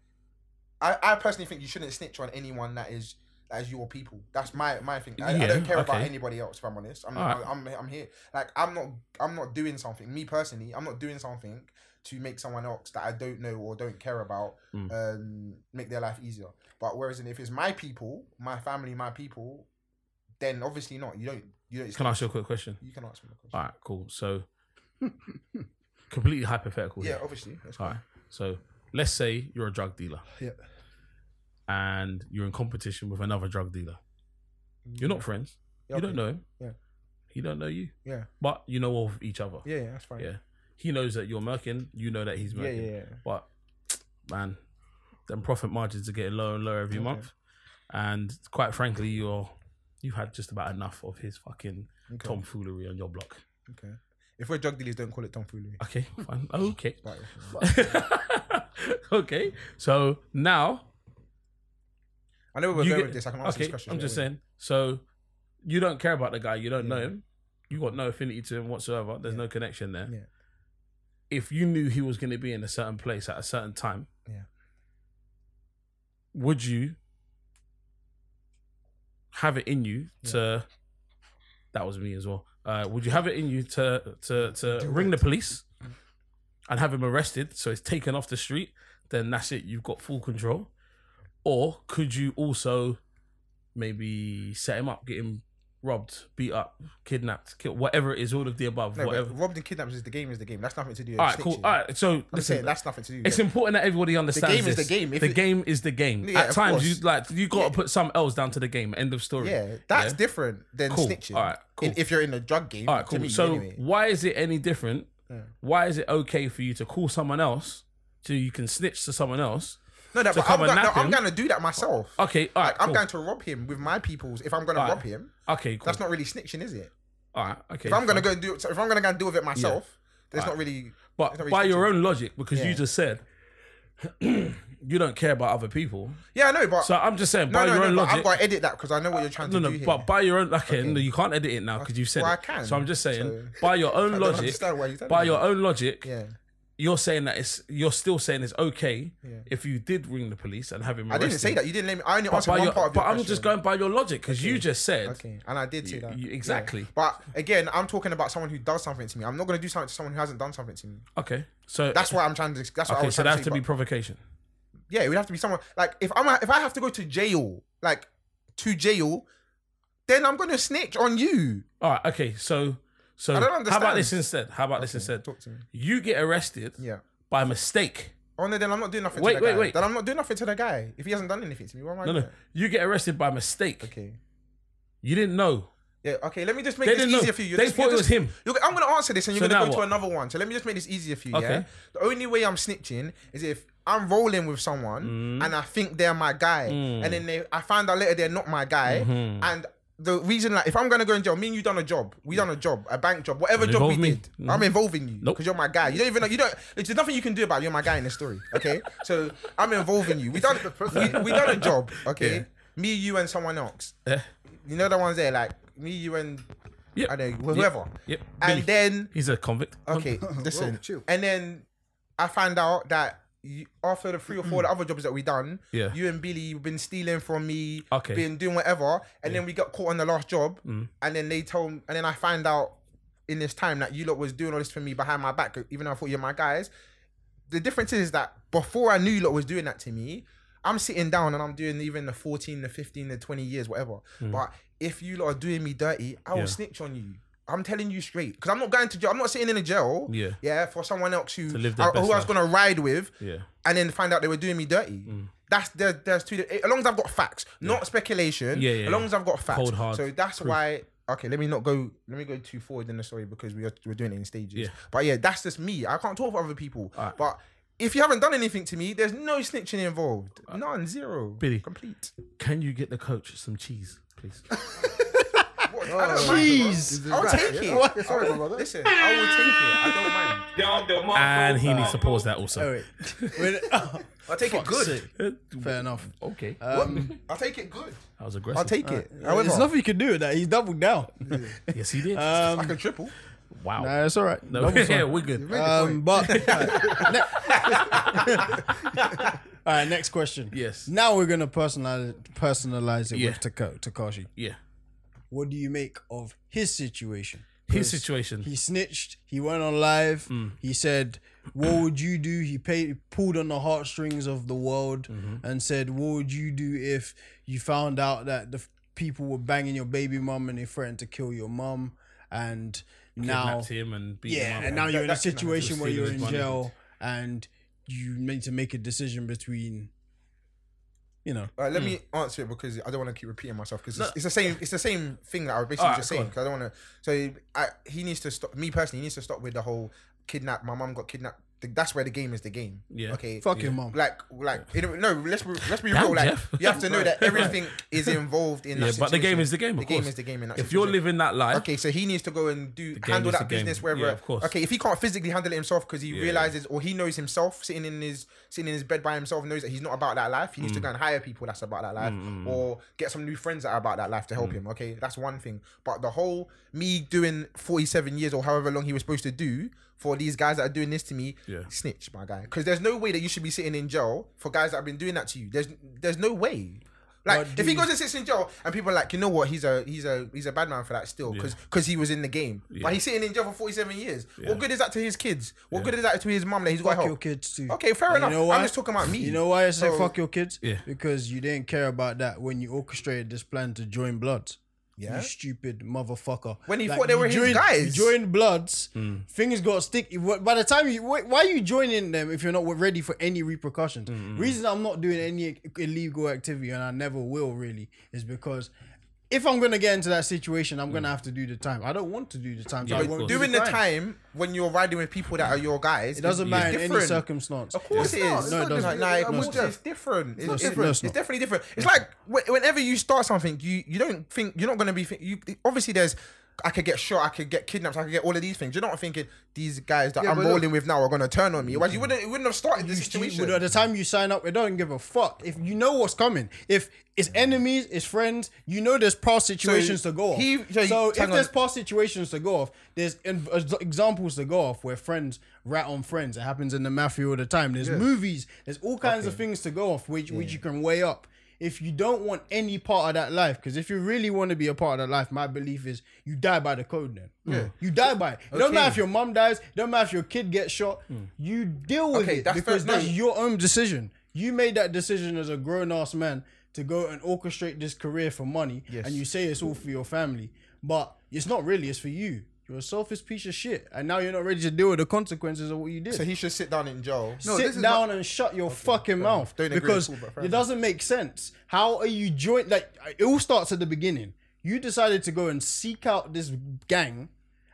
I, I personally think you shouldn't snitch on anyone that is that is your people. That's my my thing. I, I Yeah, don't care about okay. anybody else. If I'm honest, I'm, Alright. I'm I'm here. Like I'm not I'm not doing something. Me personally, I'm not doing something to make someone else that I don't know or don't care about Mm. um, make their life easier. But whereas if it's my people, my family, my people, then obviously not. You don't you don't. Can I ask you a quick question? You can ask me a question. All right, cool. So, completely hypothetical. Yeah, here. obviously. That's All right. So, let's say you're a drug dealer. Yeah. And you're in competition with another drug dealer. You're not friends. Yeah, you don't okay. know him. Yeah. He don't know you. Yeah. But you know of each other. Yeah, yeah, that's fine. Yeah. He knows that you're murking. You know that he's Yeah, murking. yeah, yeah. But man, them profit margins are getting lower and lower every Okay. month. And quite frankly, you're you've had just about enough of his fucking Okay. tomfoolery on your block. Okay. If we're drug dealers, don't call it tomfoolery. Okay, fine. Okay. But- okay. So now I know where we're you going get- with this. I can answer okay, this question. I'm just straight away. saying. So you don't care about the guy, you don't know Yeah. him, you got no affinity to him whatsoever. There's no connection there. Yeah. If you knew he was going to be in a certain place at a certain time, Yeah. would you have it in you to? That was me as well. Uh, would you have it in you to to to ring the police and have him arrested so he's taken off the street? Then that's it. You've got full control. Or could you also maybe set him up, get him robbed, beat up, kidnapped, kill, whatever it is, all of the above, No, whatever. but robbed and kidnapped is the game is the game. That's nothing to do with All right, cool. snitching. All right, so I'm listen, saying that's nothing to do with it's important that everybody understands game is this. the game. If the it- game is the game. Yeah, At of times, course. you like you got to Yeah. put some L's down to the game. End of story. Yeah, that's Yeah? different than Cool. snitching. All right, cool. In- if you're in a drug game, All right, cool. to me, so anyway. why is it any different? Yeah. Why is it okay for you to call someone else so you can snitch to someone else? no, no, to but come I'm, and going no, nap I'm him- going to do that myself. Okay, all right, Like, I'm cool. going to rob him with my peoples. If I'm going to All right. rob him, Okay, cool. that's not really snitching, is it? all right. Okay, If I'm fine. going to go and do, it, so if I'm going to go and deal with it myself, there's All not really. But it's not really by your snitching. own logic, because you Yeah. just said you don't care about other people. Yeah, I know, but So I'm just saying, no, by no, your no, own but logic. I've got to edit that because I know what you're trying no, to no, do here. but by your own, like, okay. no, Okay. you can't edit it now because you've said Well, I it. can, So I'm just saying, so- by your own I don't logic, understand why you're telling by me your that. own logic, yeah. you're saying that it's you're still saying it's okay Yeah. if you did ring the police and have him. I Arrested. didn't say that. You didn't let me. I only But, answered by one your, part of but your I'm question. just going by your logic because you just said Okay, and I did say You- that. you- Yeah. exactly. But again, I'm talking about someone who does something to me. I'm not going to do something to someone who hasn't done something to me. okay. So That's what I'm trying to. That's what I okay. was So trying that has to to say, be provocation. but yeah, it would have to be someone like if I'm if I have to go to jail, like to jail, then I'm going to snitch on you. All right. Okay. So so I don't how about understand. this instead? How about this Okay, instead? talk to me. You get arrested Yeah. by mistake. Oh no, then I'm not doing nothing. Wait, to the wait, guy. wait. Then I'm not doing nothing to the guy if he hasn't done anything to me. Why am I? No, doing no. You get arrested by mistake. it? Okay. You didn't know. Yeah, okay, let me just make They this didn't know. easier for you. They just, thought it was him. You're, I'm going to answer this and So you're going now to go what? to another one. So let me just make this easier for you, yeah? Okay. The only way I'm snitching is if I'm rolling with someone Mm. and I think they're my guy. And then they, I find out later they're not my guy. Mm-hmm. And the reason, like, if I'm going to go in jail, me and you done a job. We done a job, a bank job, whatever Don't job we involve me. Mm-hmm. did. I'm involving you because Nope. you're my guy. You don't even know, you don't, there's nothing you can do about it. You're my guy in the story, okay? so I'm involving you. We done, we, we done a job, okay? Me, you, and someone else. Eh. You know the ones there, like me, you, and Yep. I don't know, whoever. Yep. And Billy. then He's a convict. okay, listen. Whoa, chill. and then I find out that you, after the three or Mm. four of the other jobs that we done, Yeah. you and Billy you've been stealing from me, Okay. Mm. been doing whatever, and then we got caught on the last job, and then they told, and then I find out in this time that you lot was doing all this for me behind my back, even though I thought you're my guys. The difference is that before I knew you lot was doing that to me, I'm sitting down and I'm doing even the 14, the 15, the 20 years, whatever. But if you lot are doing me dirty, I will Mm. Yeah. snitch on you. I'm telling you straight because I'm not going to jail. I'm not sitting in a jail. Yeah. Yeah, for someone else who To live their I- best who I was life. gonna ride with, Yeah. Mm. and then find out they were doing me dirty. That's there, there's two. eh, As long as I've got facts, not speculation. Yeah, yeah, As long yeah. as I've got facts. Cold, hard so that's proof. why. Okay, let me not go. Let me go too forward in the story because we are we're doing it in stages. Yeah. But yeah, that's just me. I can't talk for other people. But if you haven't done anything to me, there's no snitching involved. None, zero, Billy. complete. Can you get the coach some cheese, please? What? I don't mind, Jeez. bro. I'll take it. Yeah, sorry, my brother. Listen, I will take it. I don't Down mind. the Mongo. and he needs to pause that Oh, also. wait. When- oh, I'll take it good. fair enough. Okay, that Um, I'll take it good. was I'll aggressive. take it. However, there's nothing you can do with that. He's doubled down. Um, yes, he did. Uh, like a triple. wow. Nah, it's all right. no, Double's yeah, fine. we're good. Um, but ne- all right, next question. Yes. Now we're gonna personalize personalize it Yeah. with Tako, Takashi. Yeah. What do you make of his situation? His 'Cause situation. Mm. He snitched. He went on live. He said, "What would you do?" He paid, pulled on the heartstrings of the world Mm-hmm. and said, "What would you do if you found out that the f- people were banging your baby mum and they threatened to kill your mum?" And now Kidnapped him and beat him yeah, up. and now you're in a that's not situation where stealing you're his in money. jail and you need to make a decision between, you know, All right, let me answer it because I don't want to keep repeating myself because Hmm. No. it's, it's the same. It's the same thing that I was basically Alright, just go saying on. 'cause I don't want to. So I, he needs to stop. Me personally, he needs to stop with the whole kidnap. My mum got kidnapped. Th- That's where the game is. The game. Yeah. Okay. fuck your mom. Like, like, you know, no. Let's be, let's be Damn, real. Like, Jeff. you have to know that everything is involved in. Yeah, that but the game situation. is the game, The of game course. is the game. In that If you're situation. living that life, Okay, so he needs to go and do game handle is that the game. business wherever. Yeah, of course. Okay, if he can't physically handle it himself because he Yeah. realizes or he knows himself sitting in his sitting in his bed by himself knows that he's not about that life. He needs to Mm. go and hire people that's about that life or get some new friends that are about that life to help Mm. him. Okay, that's one thing. But the whole me doing forty seven years or however long he was supposed to do for these guys that are doing this to me, Yeah. snitch, my guy. Because there's no way that you should be sitting in jail for guys that have been doing that to you. There's there's no way. Like But if he do- goes and sits in jail and people are like, you know what, he's a he's a he's a bad man for that still because he was in the game. Yeah. But he's sitting in jail for forty seven years. What good is that to his kids? What good is that to his mum that he's got Fuck help? your kids too. Okay, fair And enough. You know I'm why? just talking about me. You know why I say So- fuck your kids? Yeah. Because you didn't care about that when you orchestrated this plan to join Bloods. Yeah. You stupid motherfucker. When he thought they were you his joined, guys. You joined Bloods, Hmm. things got sticky. Wh- By the time you, wh- why are you joining them if you're not ready for any repercussions? Hmm, Reason I'm not doing any illegal activity and I never will really is because if I'm gonna get into that situation, I'm gonna have to do the time. I don't want to do the time. so Hmm. Yeah, I of won't course. do Doing the time when you're riding with people that are your guys, It doesn't matter in any circumstance. Of course It's- it not, is. it's No, it not different. Like, doesn't. like, I'm it's, with Jeff. different. It's, No, it's different. not. It's, definitely different. It's like wh- whenever you start something, you you don't think you're not gonna be. Think, you obviously there's. I could get shot. I could get kidnapped. I could get all of these things. You're not thinking these guys that Yeah, I'm but look- rolling with now are gonna turn on me. Mm. Whereas you wouldn't. It wouldn't have started the situation. But at the time you sign up, it don't give a fuck. If you know what's coming, if it's enemies, it's friends, you know there's past situations to go off. he- so so he- if hang on. there's past situations to go off, there's in, ex- examples to go off where friends rat on friends. It happens in the mafia all the time. There's movies. There's all kinds of things to go off which which you can weigh up. If you don't want any part of that life, because if you really want to be a part of that life, my belief is you die by the code. Then you die by it. It Don't matter if your mom dies. Don't matter if your kid gets shot. Hmm. You deal with Okay, it that's because fair- no. that's your own decision. You made that decision as a grown ass man to go and orchestrate this career for money, Yes. and you say it's all for your family, but it's not really. It's for you. You're a selfish piece of shit, and now you're not ready to deal with the consequences of what you did. so he should sit down in jail. No, this Sit is down and shut your fucking mouth Don't agree with because Paul, but fair it enough. doesn't make sense. How are you joined? Like it all starts at the beginning. You decided to go and seek out this gang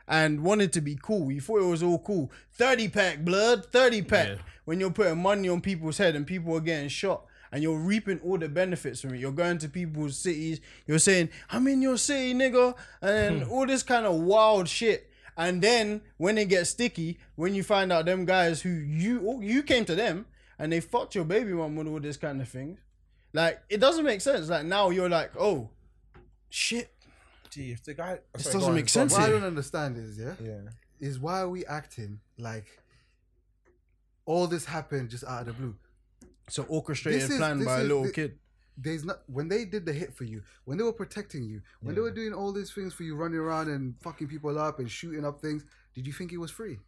and wanted to be cool. You thought it was all cool. Thirty pack blood, thirty pack. Yeah. When you're putting money on people's head and people are getting shot. And you're reaping all the benefits from it. You're going to people's cities. You're saying, "I'm in your city, nigga," and all this kind of wild shit. And then when it gets sticky, when you find out them guys who you oh, you came to them and they fucked your baby mom with all this kind of thing, like it doesn't make sense. Like now you're like, oh, shit, Gee, if the guy. this doesn't make sense. What I here. don't understand is, yeah, Yeah. is why are we acting like all this happened just out of the blue? It's an orchestrated This is- plan this by a is little the- kid. There's not when they did the hit for you, when they were protecting you, when they were doing all these things for you, running around and fucking people up and shooting up things. Did you think it was free?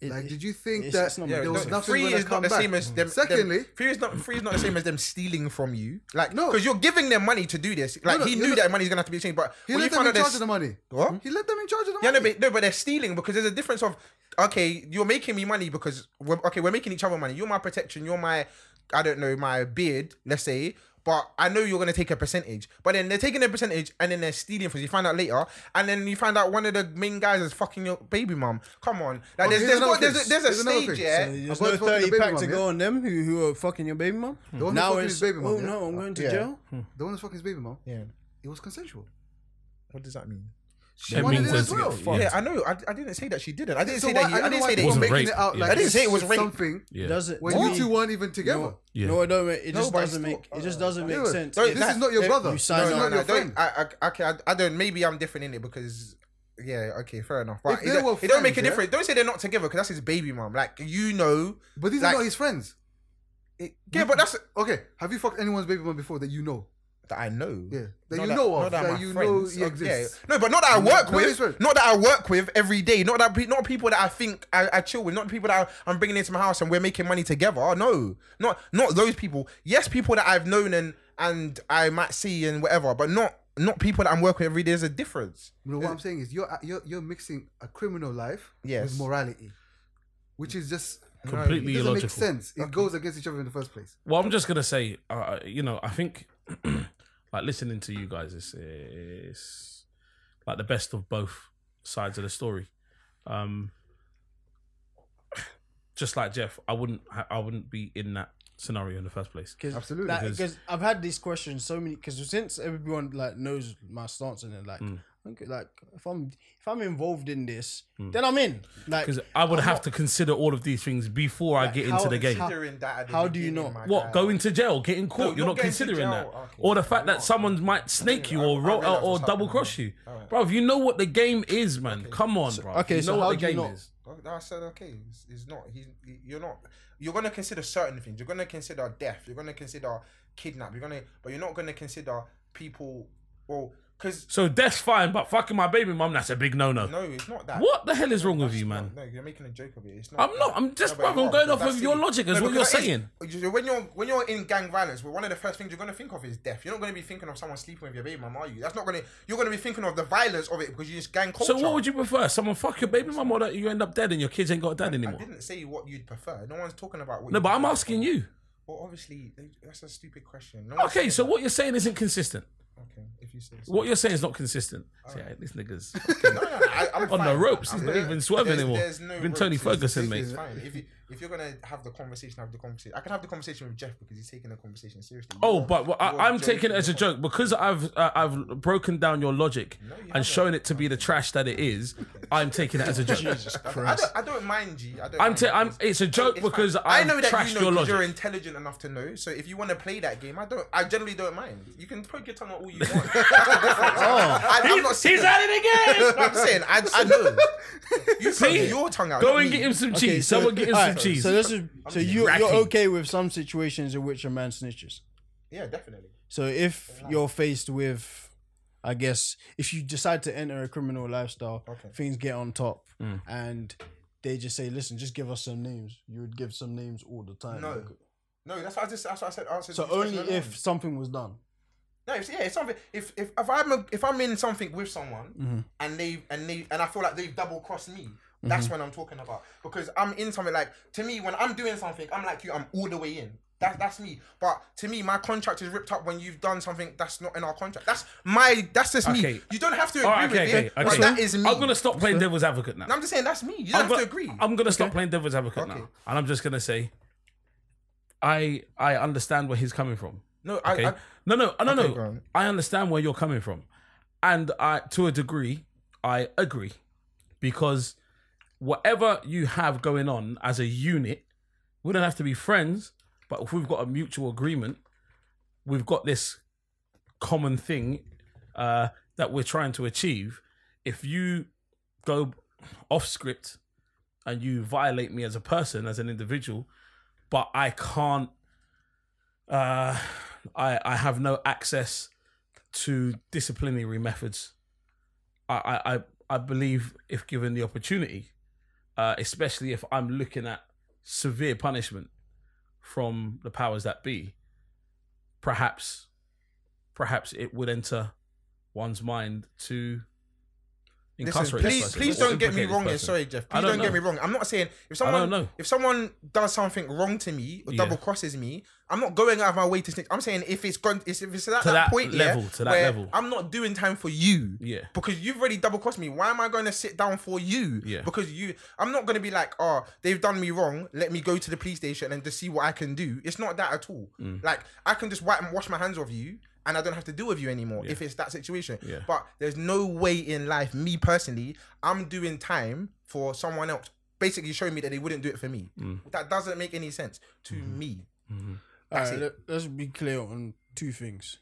It- Like, it- did you think it's- that it's not Yeah, there was no, nothing free gonna is come not the back? same as them. Secondly, them, free is not free is not the same as them stealing from you. Like No. because you're giving them money to do this. Like no, he you knew know- that money's gonna have to be changed. But he when you let them found in out charge there's of the money. Hmm? What? He let them in charge of the Yeah, no, money. but, no, but they're stealing because there's a difference of okay, you're making me money because we're okay, we're making each other money. You're my protection. You're my I don't know, my beard, let's say, but I know you're gonna take a percentage. But then they're taking a percentage and then they're stealing from you. You find out later, and then you find out one of the main guys is fucking your baby mum. Come on, Oh, like there's here's there's, another what- there's, thing. a, there's a Here's another stage, thing. yeah. So you- There's I'm going no to fuck your thirty baby pack mum, to yeah? go on them who who are fucking your baby mom. The one who's Now fucking it's his baby mum, oh yeah? no, I'm going to Yeah. jail. The one that's fucking his baby mom. Yeah. It was consensual. What does that mean? She wanted means it as them to get well. fucked. Yeah, I know. I, I didn't say that she didn't. I didn't So say why, that. He, I, don't know didn't why say It people are that. He, was making rape. it out Yeah. like I didn't say it was it's rape. Something Yeah. Does it? when to you me- two weren't even together. No, Yeah. no, it don't. Make, it No, just but it's doesn't still- make. It just doesn't make Yeah. sense. Don't- It- This is not your eh, brother. you This is sign on. not I your don't. friend. I, I, okay, I, I don't. Maybe I'm different in it because. Yeah. Okay. Fair enough. But If it, they don't- were it don't make friends, a yeah? difference. Don't say they're not together because that's his baby mom. Like you know. But these Like- are not his friends. Yeah, but that's Okay, have you fucked anyone's baby mum before that you know? that I know. Yeah, that Not you know not of, that, my you friends- know he okay, exists. No, but not that I No, work no, with. it's right. Not that I work with every day. Not that pe- not people that I think I, I chill with. Not people that I, I'm bringing into my house and we're making money together. Oh, no, not not those people. Yes, people that I've known and and I might see and whatever, but not not people that I'm working with every day. There's a difference. No, what I'm saying is you're uh, you're you're mixing a criminal life Yes. with morality, which is just Completely it doesn't illogical. make sense. It goes against each other in the first place. Well, I'm just gonna say, uh, you know, I think like listening to you guys is, is like the best of both sides of the story. Um, just like Jeff, I wouldn't, ha- I wouldn't be in that scenario in the first place. Cause Absolutely. Because- Because I've had these questions so many. Because since everyone like knows my stance and it, like, Mm. okay, like if I'm if I'm involved in this, then I'm in. Like, Because Mm. I would I'm have not- to consider all of these things before I Like, get how- into the game. how- how do you know? What going to jail, getting caught? you're No, not not, getting to considering jail. that, Okay. or the fact that Not- someone might snake you I- or I ro- realise or what's double happening. cross you, Alright. bro. You know what the game is, man. Come on, bro. okay, you so know how what do the you game not- is. I said okay. It's, it's not. He's, he- you're not. You're gonna consider certain things. You're gonna consider death. You're gonna consider kidnap. You're gonna, but you're not gonna consider people. Well, because So death's fine, but fucking my baby mum, that's a big no-no. no, it's not that. What the hell is wrong with It's you, man? not- No, you're making a joke of it. It's not. I'm not. I'm just, but you brother, I'm going are, because off that's of your silly. logic as what because you're that is- When you're when you're in gang violence, well, one of the first things you're gonna think of is death. You're not gonna be thinking of someone sleeping with your baby mum, are you? That's not gonna. You're gonna be thinking of the violence of it because you just gang culture. So what would you prefer? Someone fuck your baby mum, or that you end up dead and your kids ain't got a dad I anymore? didn't say what you'd prefer. No one's talking about what. No, you but I'm prefer. asking you. Well, obviously, that's a stupid question. No one's Okay, saying so that. what you're saying isn't consistent. Okay, if you say so. What you're saying is not consistent. See, hey, these niggas No, no, no, I, I'm on the fine. ropes. I'm He's not fine. even swerving There's- anymore. There's no Even ropes. Tony It's- Ferguson, it's- mate. It's fine. If you if you're gonna have the conversation, have the conversation. I can have the conversation with Jeff because he's taking the conversation seriously. Oh, You're- but well, I, you're I'm taking it as a joke joking. because I've uh, I've broken down your logic and shown it to be the trash that it is. I'm taking it as a joke. I don't, I don't mind you. I don't I'm mind ta- you. I'm- it's a joke fine. because I I've know that trashed you know your 'cause you're logic. intelligent enough to know. So if you want to play that game, I don't. I generally don't mind. You can poke your tongue out all you want. I, am not Oh. He's at it again. I'm saying I, I know. You poke See? your tongue out. Go not and me. get him some cheese. okay, so- Someone get him alright, some cheese. So this is so you you're Ratty. okay with some situations in which a man snitches. Yeah, definitely. So if you're faced with, I guess, if you decide to enter a criminal lifestyle, Okay. things get on top, Mm. and they just say, "Listen, just give us some names." You would give some names all the time. No. No, that's what I just. That's what I said. Answer So to this only question if alone. something was done. No, it's, yeah, it's something. If if if I'm a, if I'm in something with someone Mm-hmm. and they and they and I feel like they've double crossed me, that's Mm-hmm. when I'm talking about because I'm in something like to me when I'm doing something, I'm like you, I'm all the way in. That, that's me. But to me, my contract is ripped up when you've done something that's not in our contract. That's my. That's just me. Okay. You don't have to agree All right, with okay, it, okay, but okay. that is me. I'm gonna stop playing devil's advocate now. No, I'm just saying that's me. You don't I'm have gonna, to agree. I'm gonna stop playing devil's advocate Okay. now, and I'm just gonna say, I I understand where he's coming from. no, I, Okay. I, no, no, no, Okay, go no. on. I understand where you're coming from, and I, to a degree, I agree, because whatever you have going on as a unit, we don't have to be friends, but if we've got a mutual agreement, we've got this common thing uh, that we're trying to achieve. If you go off script and you violate me as a person, as an individual, but I can't uh, I I have no access to disciplinary methods. I I I, I believe if given the opportunity, uh, especially if I'm looking at severe punishment from the powers that be, perhaps perhaps it would enter one's mind to Incarcerate this please, person. please Or don't get me implicate this wrong here. person. Sorry, Jeff. I Please don't don't, get me know. wrong. I'm not saying if I don't someone know. if someone does something wrong to me or Yeah. double crosses me, I'm not going out of my way to snitch. I'm saying if it's gone, if it's at To that, that point yeah, level, to that where level. I'm not doing time for you. Yeah. Because you've already double crossed me. Why am I going to sit down for you? Yeah. Because you, I'm not going to be like, oh, they've done me wrong. Let me go to the police station and just see what I can do. It's not that at all. Mm. Like I can just wipe and wash my hands of you. And I don't have to deal with you anymore if it's that situation. Yeah. But there's no way in life, me personally, I'm doing time for someone else. Basically showing me that they wouldn't do it for me. Mm. That doesn't make any sense to me. All That's right, it. let, let's be clear on two things.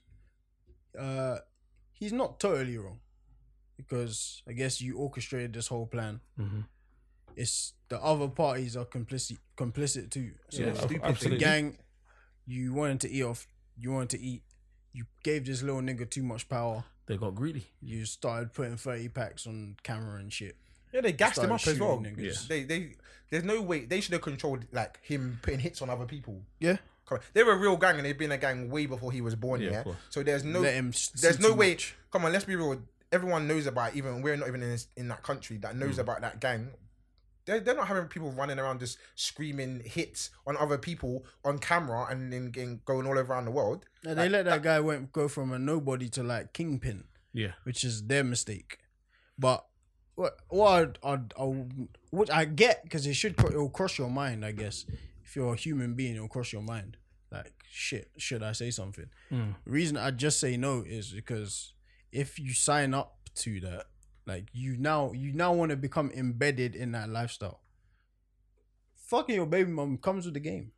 Uh, he's not totally wrong because I guess you orchestrated this whole plan. Mm-hmm. Mhm. It's the other parties are complicit, complicit too. So Yeah, the ab- stupid absolutely. gang, you wanted to eat off, you wanted to eat, you gave this little nigga too much power. They got greedy. You started putting thirty packs on camera and shit. Yeah, they gassed him Started up as well. shooting niggas. They, they, there's no way they should have controlled like him putting hits on other people. Yeah, Correct. They were a real gang and they've been a gang way before he was born. Yeah, Yeah. of course. So there's no Let him s- there's see no too way. much. Come on, let's be real. Everyone knows about even we're not even in, this, in that country that Mm. knows about that gang. They're, they're not having people running around just screaming hits on other people on camera and then getting, going all around the world. Now, they Like, let that guy went go from a nobody to like kingpin. Yeah. which is their mistake. But what what I, I, I, what I get because it should cro- it'll cross your mind, I guess. If you're a human being, it'll cross your mind. Like shit, should I say something? Hmm. The reason I just say no is because if you sign up to that, like you now you now want to become embedded in that lifestyle. Fucking your baby mom comes with the game.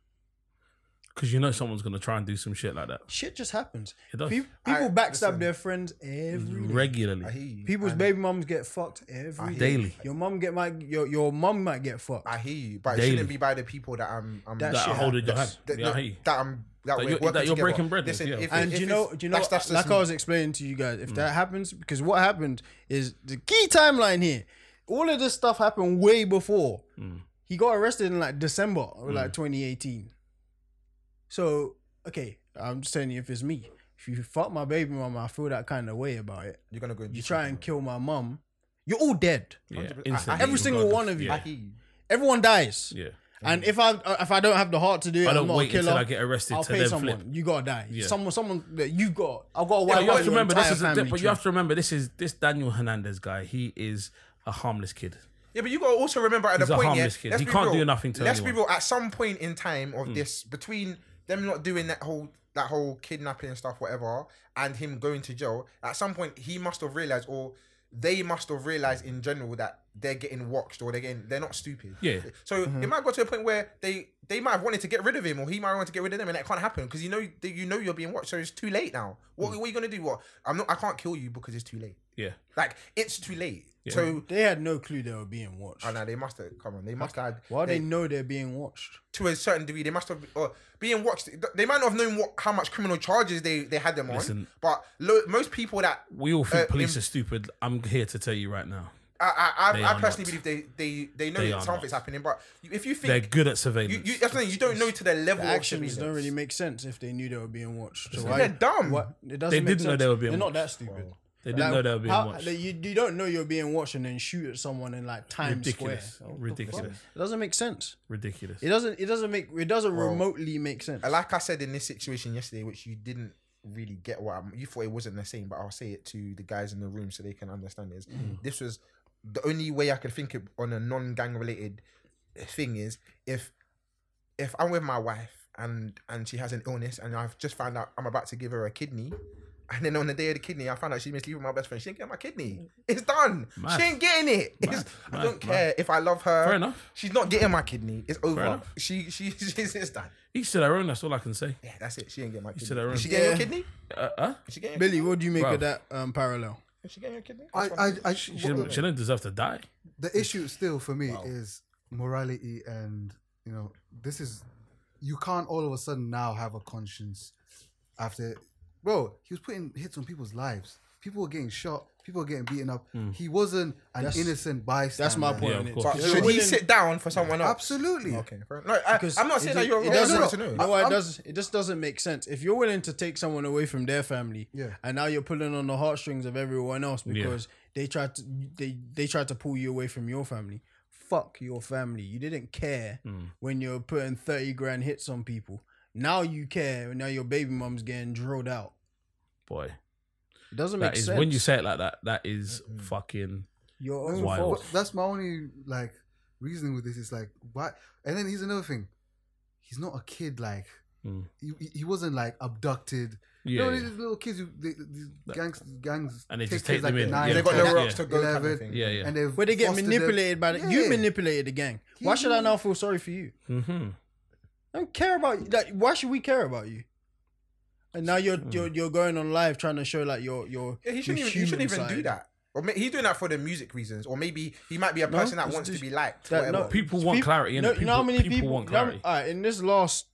Because you know someone's gonna try and do some shit like that Shit just happens. It does. Mm, Pe- People, I- backstab listen. their friends every day. regularly. I hear you. People's I- baby mums get fucked every I- day. Daily. Your mum get might your your mum might get fucked. I hear you, but Daily. it shouldn't be by the people that I'm. I'm That that shit are holding your hand. happens. that, yeah, I that, hear you. that I'm that, That we're you're- working that you're together. breaking bread with, Listen, yeah. if- and if you know, it's- do you know, that's- that's like just- Mm. I was explaining to you guys, if that happens, because what happened is the key timeline here. All of this stuff happened way before Mm. he got arrested in like December of like 2018. So okay, I'm just saying if it's me, if you fuck my baby mum, I feel that kind of way about it. you're gonna go. and You do try something. and kill my mum, you're all dead. yeah, I- instantly, I- every single regardless. one of you. I Yeah. hear you. Everyone dies. yeah. And if I uh, if I don't have the heart to do it, Mm. I am don't not wait a killer, until I get arrested I'll to pay then someone. flip. You gotta die. Yeah. Someone, someone that you got. I've got to wipe But you out have to your remember this entire is a, family but you have tree. to remember this is this Daniel Hernandez guy. He is a harmless kid. Yeah, but you gotta also remember at He's the a point. Yeah, harmless kid. He can't do nothing to Let's anyone. Mm. be real. At some point in time of this, between them not doing that whole that whole kidnapping and stuff, whatever, and him going to jail, at some point he must have realized, or they must have realized in general that they're getting watched or they're getting they're not stupid. Yeah. So it might go to a point where they they might have wanted to get rid of him, or he might want to get rid of them, and that can't happen because you know that you know you're being watched. So it's too late now. What, Mm. what are you gonna do? What I'm not. I can't kill you because it's too late. Yeah. Like it's too late. So. They had no clue they were being watched. Oh no, they must have. Come on, they must have. Why they, they know they're being watched? to a certain degree, they must have or being watched. They might not have known what how much criminal charges they they had them on. Listen. but lo, most people that We all think Uh, police im- are stupid. I'm here to tell you right now, I I, They I, are I personally not. believe they they they know They that are something's not. happening. But if you they're think good at you, surveillance. you, that's the thing, you don't know to the level The of actions don't surveillance. really make sense if they knew they were being watched. So They're why- dumb. What, it doesn't They make didn't know sense. they were being They're not watched. that stupid. they didn't Like, know they were being how- watched. like, you, you don't know you're being watched and then shoot at someone in like Times Ridiculous. Square. What the Ridiculous. fuck? It doesn't make sense. Ridiculous. It doesn't. It doesn't make. It doesn't remotely make sense. Like I said in this situation yesterday, which you didn't really get what I'm, you thought it wasn't the same, but I'll say it to the guys in the room so they can understand. Is Mm. this was the only way I could think of on a non-gang related thing is if if I'm with my wife and and she has an illness and I've just found out I'm about to give her a kidney. And then on the day of the kidney, I found out she misleading my best friend. She ain't getting my kidney. It's done. Mad. She ain't getting it. It's- Mad. I don't Mad. care if I love her. Fair enough. She's not getting my kidney. It's over. enough. She she she's it's done. Each to their own. That's all I can say. Yeah, that's it. She ain't getting my said kidney. her own. Is she getting Yeah. your kidney? Uh, huh? Is she getting your Billy, what do you make Bro. of that um, parallel? Is she getting your kidney? I, I, I, She didn't, she didn't deserve to die. the issue still for me is morality and you know this is you can't all of a sudden now have a conscience after bro he was putting hits on people's lives People were getting shot. People were getting beaten up. Hmm. He wasn't an innocent bystander. That's my point. uh, Yeah, on of it. course. But You should know, he sit down for someone else? Absolutely. Okay. fair- No, I, Because I'm not it saying ju- that you're wrong. It I just doesn't, want to know. You know what? I'm- It does. It just doesn't make sense. If you're willing to take someone away from their family, Yeah. and now you're pulling on the heartstrings of everyone else because they tried to they they tried to pull you away from your family. Fuck your family. You didn't care Hmm, Mm. when you're putting thirty grand hits on people. Now you care. and Now your baby mom's getting drilled out. boy. It doesn't That make is sense. Mm-hmm. when you say it like that. That is fucking. your That's own Why? what- Wild. that's my only like reasoning with this is like why and then here's another thing he's not a kid like Mm. he, he- he wasn't like abducted you Yeah, know yeah. these little kids who they, these gangs gangs And they just take kids them in. nine, Yeah, They got no yeah. rocks to go. kind of 11, thing. Yeah, yeah. and they've where they get fostered them- manipulated by the, you Yeah. manipulated the gang. Why should I now feel sorry for you? mm-hmm. I don't care about you. Like, why should we care about you? And now you're Hmm. you're, you're going on live trying to show like your your Yeah, he your shouldn't even, he shouldn't human even do side. that. Or may, he's doing that for the music reasons, or maybe he might be a No, person that it's wants just- to be liked. That- no, whatever. People want Peop- clarity. You innit? know, people, you know how many people, want you know how clarity. many- all right, in this last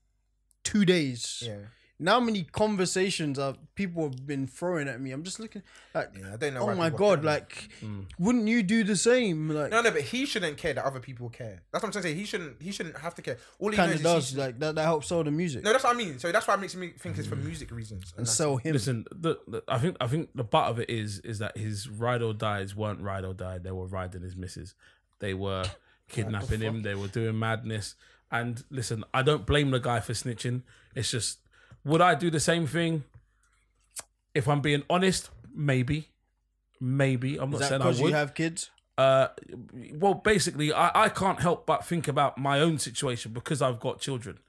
two days, yeah. now how many conversations have people have been throwing at me? I'm just looking like, yeah, I don't know. oh why my people are god, doing that. like, Hmm. wouldn't you do the same? Like, no, no, but he shouldn't care that other people care. That's what I'm trying to say. He shouldn't. He shouldn't have to care. All he kind knows of is he does should- like that. That helps sell the music No, that's what I mean. So that's why it makes me think it's for music reasons. and that's- sell him. Listen, the, the, I think I think the butt of it is is that his ride or dies weren't ride or die. They were riding his missus. They were kidnapping him. They were doing madness. And listen, I don't blame the guy for snitching. It's just, would I do the same thing? If I'm being honest, maybe, maybe I'm not Is that saying I would. because you have kids? uh, well, basically, I, I can't help but think about my own situation because I've got children.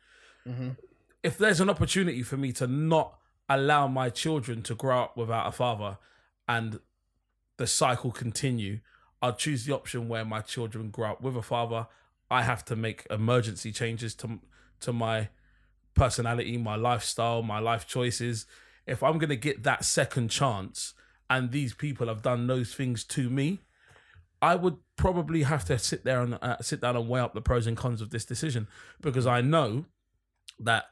If there's an opportunity for me to not allow my children to grow up without a father and the cycle continue, I'll choose the option where my children grow up with a father. I have to make emergency changes to to my personality, my lifestyle, my life choices. If I'm gonna get that second chance, and these people have done those things to me, I would probably have to sit there and uh, sit down and weigh up the pros and cons of this decision because I know that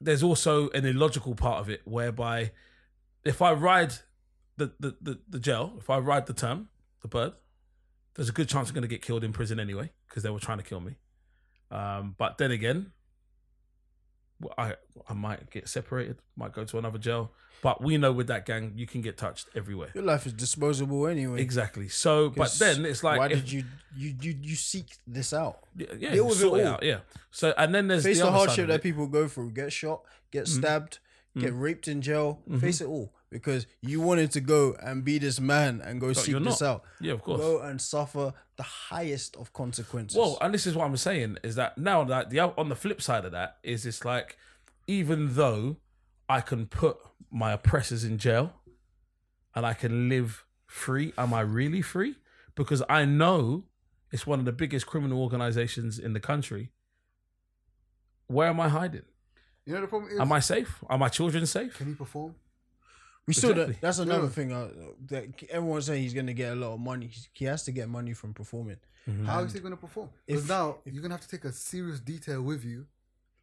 there's also an illogical part of it whereby if I ride the the the, the gel, if I ride the term, the bird, there's a good chance I'm going to get killed in prison anyway because they were trying to kill me. Um, but then again, well, I I might get separated, might go to another jail. But we know with that gang, you can get touched everywhere. Your life is disposable anyway. Exactly. So, but then it's like why if- did you you you you seek this out? Yeah, yeah, Deal with sort it it all. out. Yeah. So and then there's face the, the, other hardship side of that it. Mm-hmm. people go through get shot get stabbed get raped in jail face it all because you wanted to go and be this man and go seek you're this not. out Yeah, of course. go and suffer the highest of consequences Well, and this is what I'm saying is that now that the on the flip side of that is it's like even though I can put my oppressors in jail and I can live free, am I really free? Because I know it's one of the biggest criminal organizations in the country. Where am I hiding? you know the problem is Am I safe? Are my children safe? can he perform we still exactly. don't, that's another Yeah. thing uh, that everyone's saying he's going to get a lot of money He's- he has to get money from performing Mm-hmm. how is he going to perform because If- now you're going to have to take a serious detail with you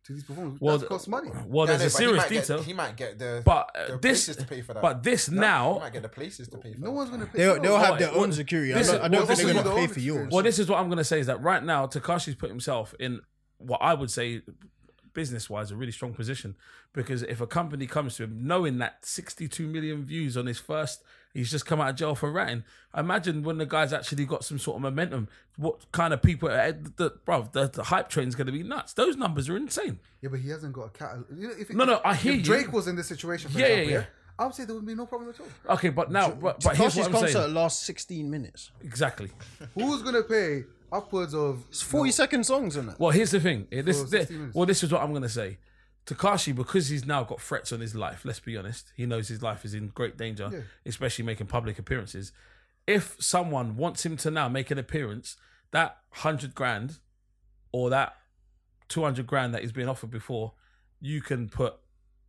to these performances Well, that costs money Well, Yeah, I there's know, a but he serious might get- detail, he might get the but the uh, this, places to pay for that. but this No, now he might get the places to pay for. no that. one's going to pay they'll, they'll have Oh, their well, own security I this don't, is- I well, don't think this they're is going to the pay own for yours Well, this is what I'm going to say is that right now, Takashi's put himself in what I would say business wise a really strong position because if a company comes to him knowing that 62 million views on his first he's just come out of jail for ratting imagine when the guy's actually got some sort of momentum what kind of people eh, the, bro the, the hype train's going to be nuts those numbers are insane Yeah, but he hasn't got a catalog. You know, if No, no, I if hear you. Drake was in this situation, for Yeah, yeah, example, yeah. I would say there would be no problem at all. okay but now but, but here's Takashi's what I'm concert saying lasts 16 minutes exactly Who's gonna pay upwards of? it's 40 second songs on it Well, here's the thing. Eh, This, For thi- 60 minutes. well, this is what I'm gonna say. Takashi, because he's now got threats on his life. Let's be honest. He knows his life is in great danger, Yeah. especially making public appearances. If someone wants him to now make an appearance, that hundred grand or that two hundred grand that he's been offered before, you can put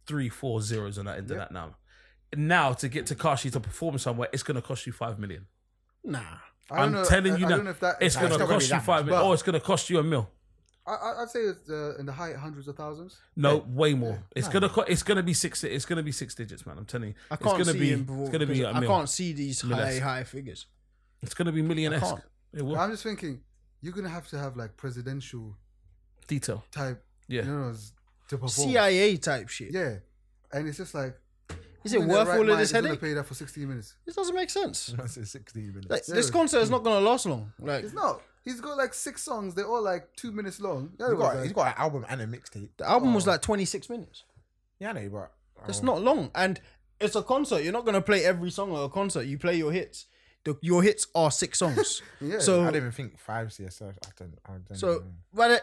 three, four zeros on that into that now. Now to get Takashi to perform somewhere, it's gonna cost you five million. nah I don't I'm know, telling I- you I now, don't know if that it's nah, going not to gonna be cost you that five much, million. but- Oh, it's going to cost you a mil. I, I, I'd say it's uh, in the high hundreds of thousands. No, way more. It's gonna co- it's gonna be six it's gonna be six digits, man. I'm telling you. I can't it's gonna see be him it's gonna be a I mil. can't see these high Mil-esque. high figures. It's gonna be million esque. can't. It will I'm just thinking you're gonna have to have like presidential detail. type, Yeah. you know, s- to perform. CIA type shit. Yeah, and it's just like, Is who it in their worth right all of mind this is gonna headache? Pay that for 16 minutes. This doesn't make sense. That's it, 16 minutes. Like, this Seriously. concert is not gonna last long. Like It's not. He's got like six songs. They're all like two minutes long. The other he's, one's got, like- he's got an album and a mixtape. the album was like 26 minutes. Yeah, I know, but That's oh. not long, and it's a concert. You're not gonna play every song at a concert. You play your hits. The, your hits are six songs. Yeah. so I don't even think five CSF. I don't. I don't So know. by the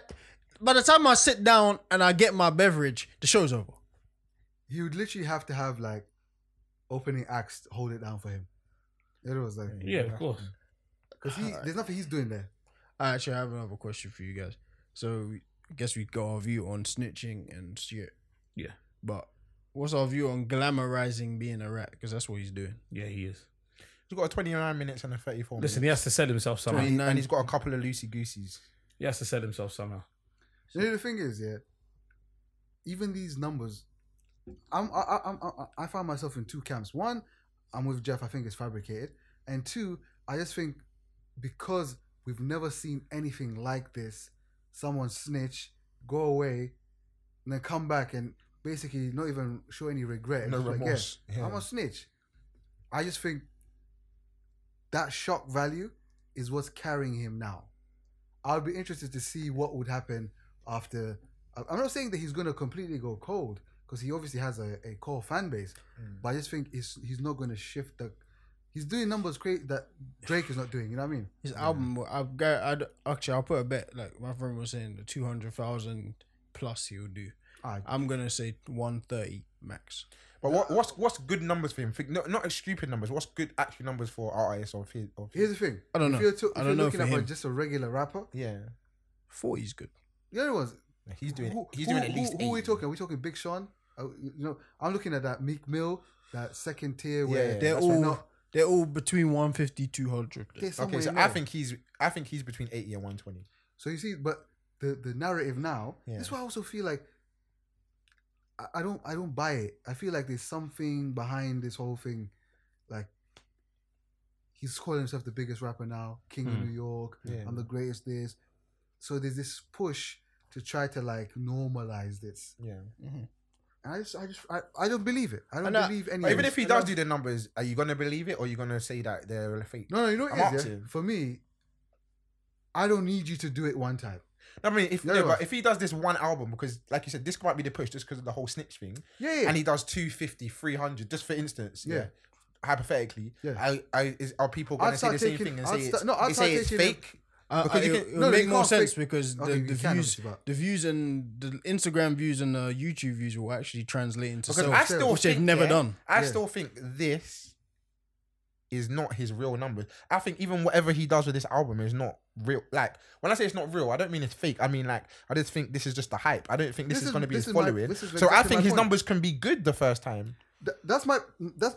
by the time I sit down and I get my beverage, the show's over. he would literally have to have like opening acts to hold it down for him. It was like Yeah, of course. because he there's nothing he's doing there. I actually have another question for you guys. So I guess we got our view on snitching and shit. Yeah. But what's our view on glamorizing being a rat? Because that's what he's doing. Yeah, he is. he's got a 29 minutes and a 34. Listen, he minutes. has to sell himself somehow. And, he, 29. and he's got a couple of loosey gooseys. He has to sell himself somehow. You know the thing is, yeah. Even these numbers, I'm I I, I'm, I I find myself in two camps. One, I'm with Jeff. I think it's fabricated, and two, I just think because we've never seen anything like this, someone snitch, go away, and then come back and basically not even show any regret. No It's like, yeah, remorse. Yeah. I'm a snitch. I just think that shock value is what's carrying him now. I'd be interested to see what would happen after. I- I'm not saying that he's going to completely go cold because he obviously has a, a core fan base, Mm. but I just think he's he's not going to shift the. He's doing numbers great that Drake is not doing. You know what I mean? His album, I've got, I'd, actually, I'll put a bet. Like my friend was saying, the 200,000 plus he'll do. I, I'm going to say 130 max. But what, what's what's good numbers for him? Think- Not, not stupid numbers. What's good actual numbers for artists or fi- or fi- here's the thing. I If don't know. you're, to, if I you're don't know looking for at him. just a regular rapper, Yeah, 40 is good. the other ones. he's doing. Who, he's who, doing at who- least. who, are we 80. talking? Are we talking Big Sean? Uh, you know, I'm looking at that Meek Mill, that second tier where Yeah, They're that's all right. No. they're all between 150 200. they're somewhere Okay, so in I there. think he's. I think he's between 80 and 120. So you see, but the the narrative now. Yeah. That's why I also feel like I, I don't I don't buy it. I feel like there's something behind this whole thing, like. He's calling himself the biggest rapper now, king of New York. Hmm. Yeah. I'm the greatest. This, so there's this push to try to like normalize this, Yeah. and I just, I just, I, I don't believe it. I don't And I- believe any. But of even this. if he does do the numbers, are you gonna believe it or are you gonna say that they're fake? No, no, you know what I'm it is, up yeah? to. For me, I don't need you to do it one time. I mean, if No, no, no. but if he does this one album, because like you said, this might be the push just because of the whole snitch thing, Yeah, yeah. and he does 250, 300, just for instance, yeah. Yeah. Hypothetically, Yeah. I, I, is, are people I'd going to say start the same taking- thing and I'd say, sta- it's, no, I'd they start say it's taking him- fake? Uh, Because I- you it, can- would no, you make more can't sense fake- because the, Okay, you can, the views, obviously, but- the views, and the Instagram views and the YouTube views will actually translate into Because sales, I still which think, they've never yeah, done. I Yeah. still think this is not his real numbers. I think even whatever he does with this album is not real. Like when I say it's not real, I don't mean it's fake. I mean like I just think this is just the hype. I don't think this, This is, is- going to be this his is my- following. this is so I exactly think my his point. numbers can be good the first time. Th- that's my mm, that's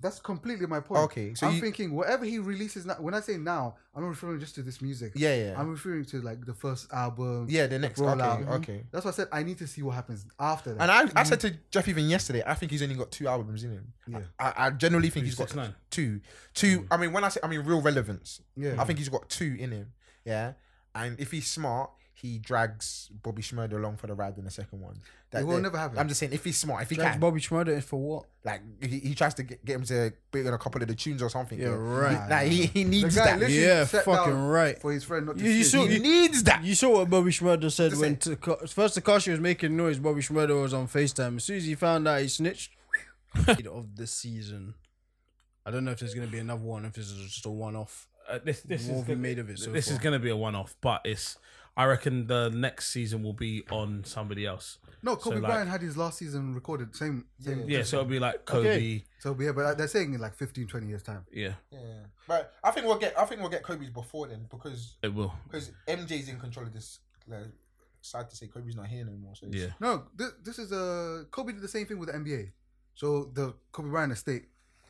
that's completely my point. Okay, so I'm you- thinking whatever he releases now. When I say now, I'm not referring just to this music. Yeah, yeah. I'm referring to like the first album. Yeah, the next. Okay, rollout. okay. That's why I said I need to see what happens after that. And I, I said to Jeff even yesterday, I think he's only got two albums in him. Yeah. I, I generally think Three, he's got six, nine. two, two. I mean, when I say, I mean real relevance. Yeah. I think he's got two in him. Yeah, and if he's smart, he drags Bobby Schmurder along for the ride in the second one. That It will that- never happen. I'm just saying, if he's smart, if he Jack can, Bobby Schmurder for what? like he, he tries to get, get him to bring in a couple of the tunes or something. Yeah, He, right. like, he, he the needs guy that. literally Yeah, sat fucking down right. for his friend not to. You- you snitch. saw- he needs that. You saw what Bobby Schmurder said Just when say- Taka- first Takashi was making noise. Bobby Schmurder was on Facetime. As soon as he found out he snitched, of the season. I don't know if there's going to be another one. If this is just a one-off. Uh, this this is What have we made of it so this is far? going to be a one-off, but it's. I reckon the next season will be on somebody else. No, Kobe like- Bryant had his last season recorded. Same, same. Yeah, so it'll be like Kobe. Okay. So yeah, but they're saying in like 15, 20 years time. Yeah, Yeah. But I think we'll get. I think we'll get Kobe's before then because it will. because MJ's in control of this. Like, sad to say, Kobe's not here no more. So it's- Yeah. No, this, this is uh, Kobe did the same thing with the NBA. So the Kobe Bryant estate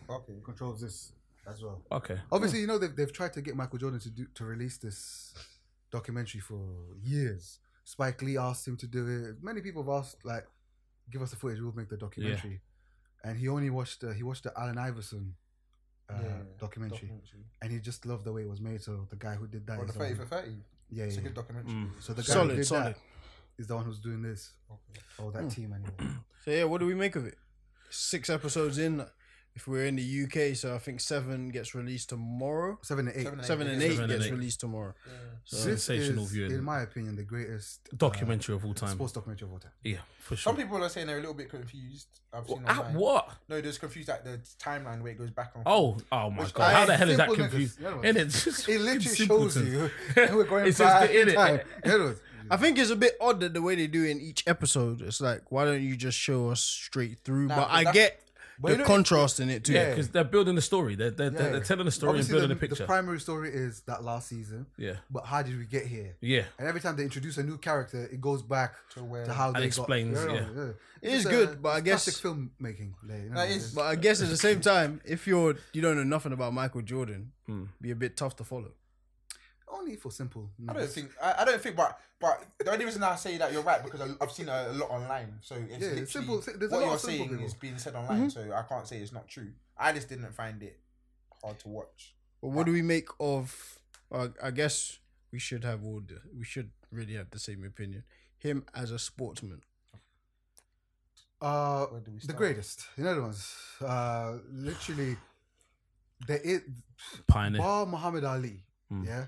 Okay. controls this as well. Okay. Obviously, you know they've, they've tried to get Michael Jordan to do to release this documentary for years. Spike Lee asked him to do it. Many people have asked, like, give us the footage, we'll make the documentary. And he only watched uh, he watched the Alan Iverson uh, documentary, and he just loved the way it was made. So the guy who did that, Or is the the one- 30 for 30. yeah, It's yeah. a good documentary. Mm. So the guy Solid, who did solid. that is the one who's doing this, or that team anyway. So yeah, what do we make of it? Six episodes in. If we're in the UK, so I think seven gets released tomorrow. Seven and eight. Seven and Seven and eight Seven and gets eight. released tomorrow. Sensational is, viewing. in my opinion, the greatest uh, Documentary of all time. sports documentary of all time. Yeah, for sure. Some people are saying they're a little bit confused. I've seen At online. what? No, they're just confused at the timeline where it goes back on. Oh, oh my Which god! How guy- the hell is that simple niggas. confused? Yeah, And it just It fucking literally shows simpletons. you. and we're going It's just back the- in innit? time. It was- I think it's a bit odd that the way they do it in each episode. It's like, why don't you just show us straight through? Nah, but but I that- get but you the know- contrast in it too. Yeah, because they're building the story. They're they're, Yeah. they're, they're telling the story Obviously, and the, building the, the picture. primary story is that last season. yeah, But how did we get here? yeah. And every time they introduce a new character, it goes back to, where- how they explains, Got, yeah. It It's is a- good, but I it's guess- classic filmmaking. Like, you know, That is- it's- But I guess at the same time, if you're you don't know nothing about Michael Jordan, Hmm. be a bit tough to follow. only for simple. I don't think. I, I don't think. But but the only reason I say that you're right because I, I've seen a, lot online. So it's Yeah, literally, it's simple- there's a what lot you're of simple saying people. is being said online. Mm-hmm. So I can't say it's not true. I just didn't find it hard to watch. But what do we make of? Uh, I guess we should have all. The, we should really have the same opinion. Him as a sportsman. Uh, do we the start? greatest. In other words, uh, literally, there is Pioneer. bar Muhammad Ali. Mm. Yeah,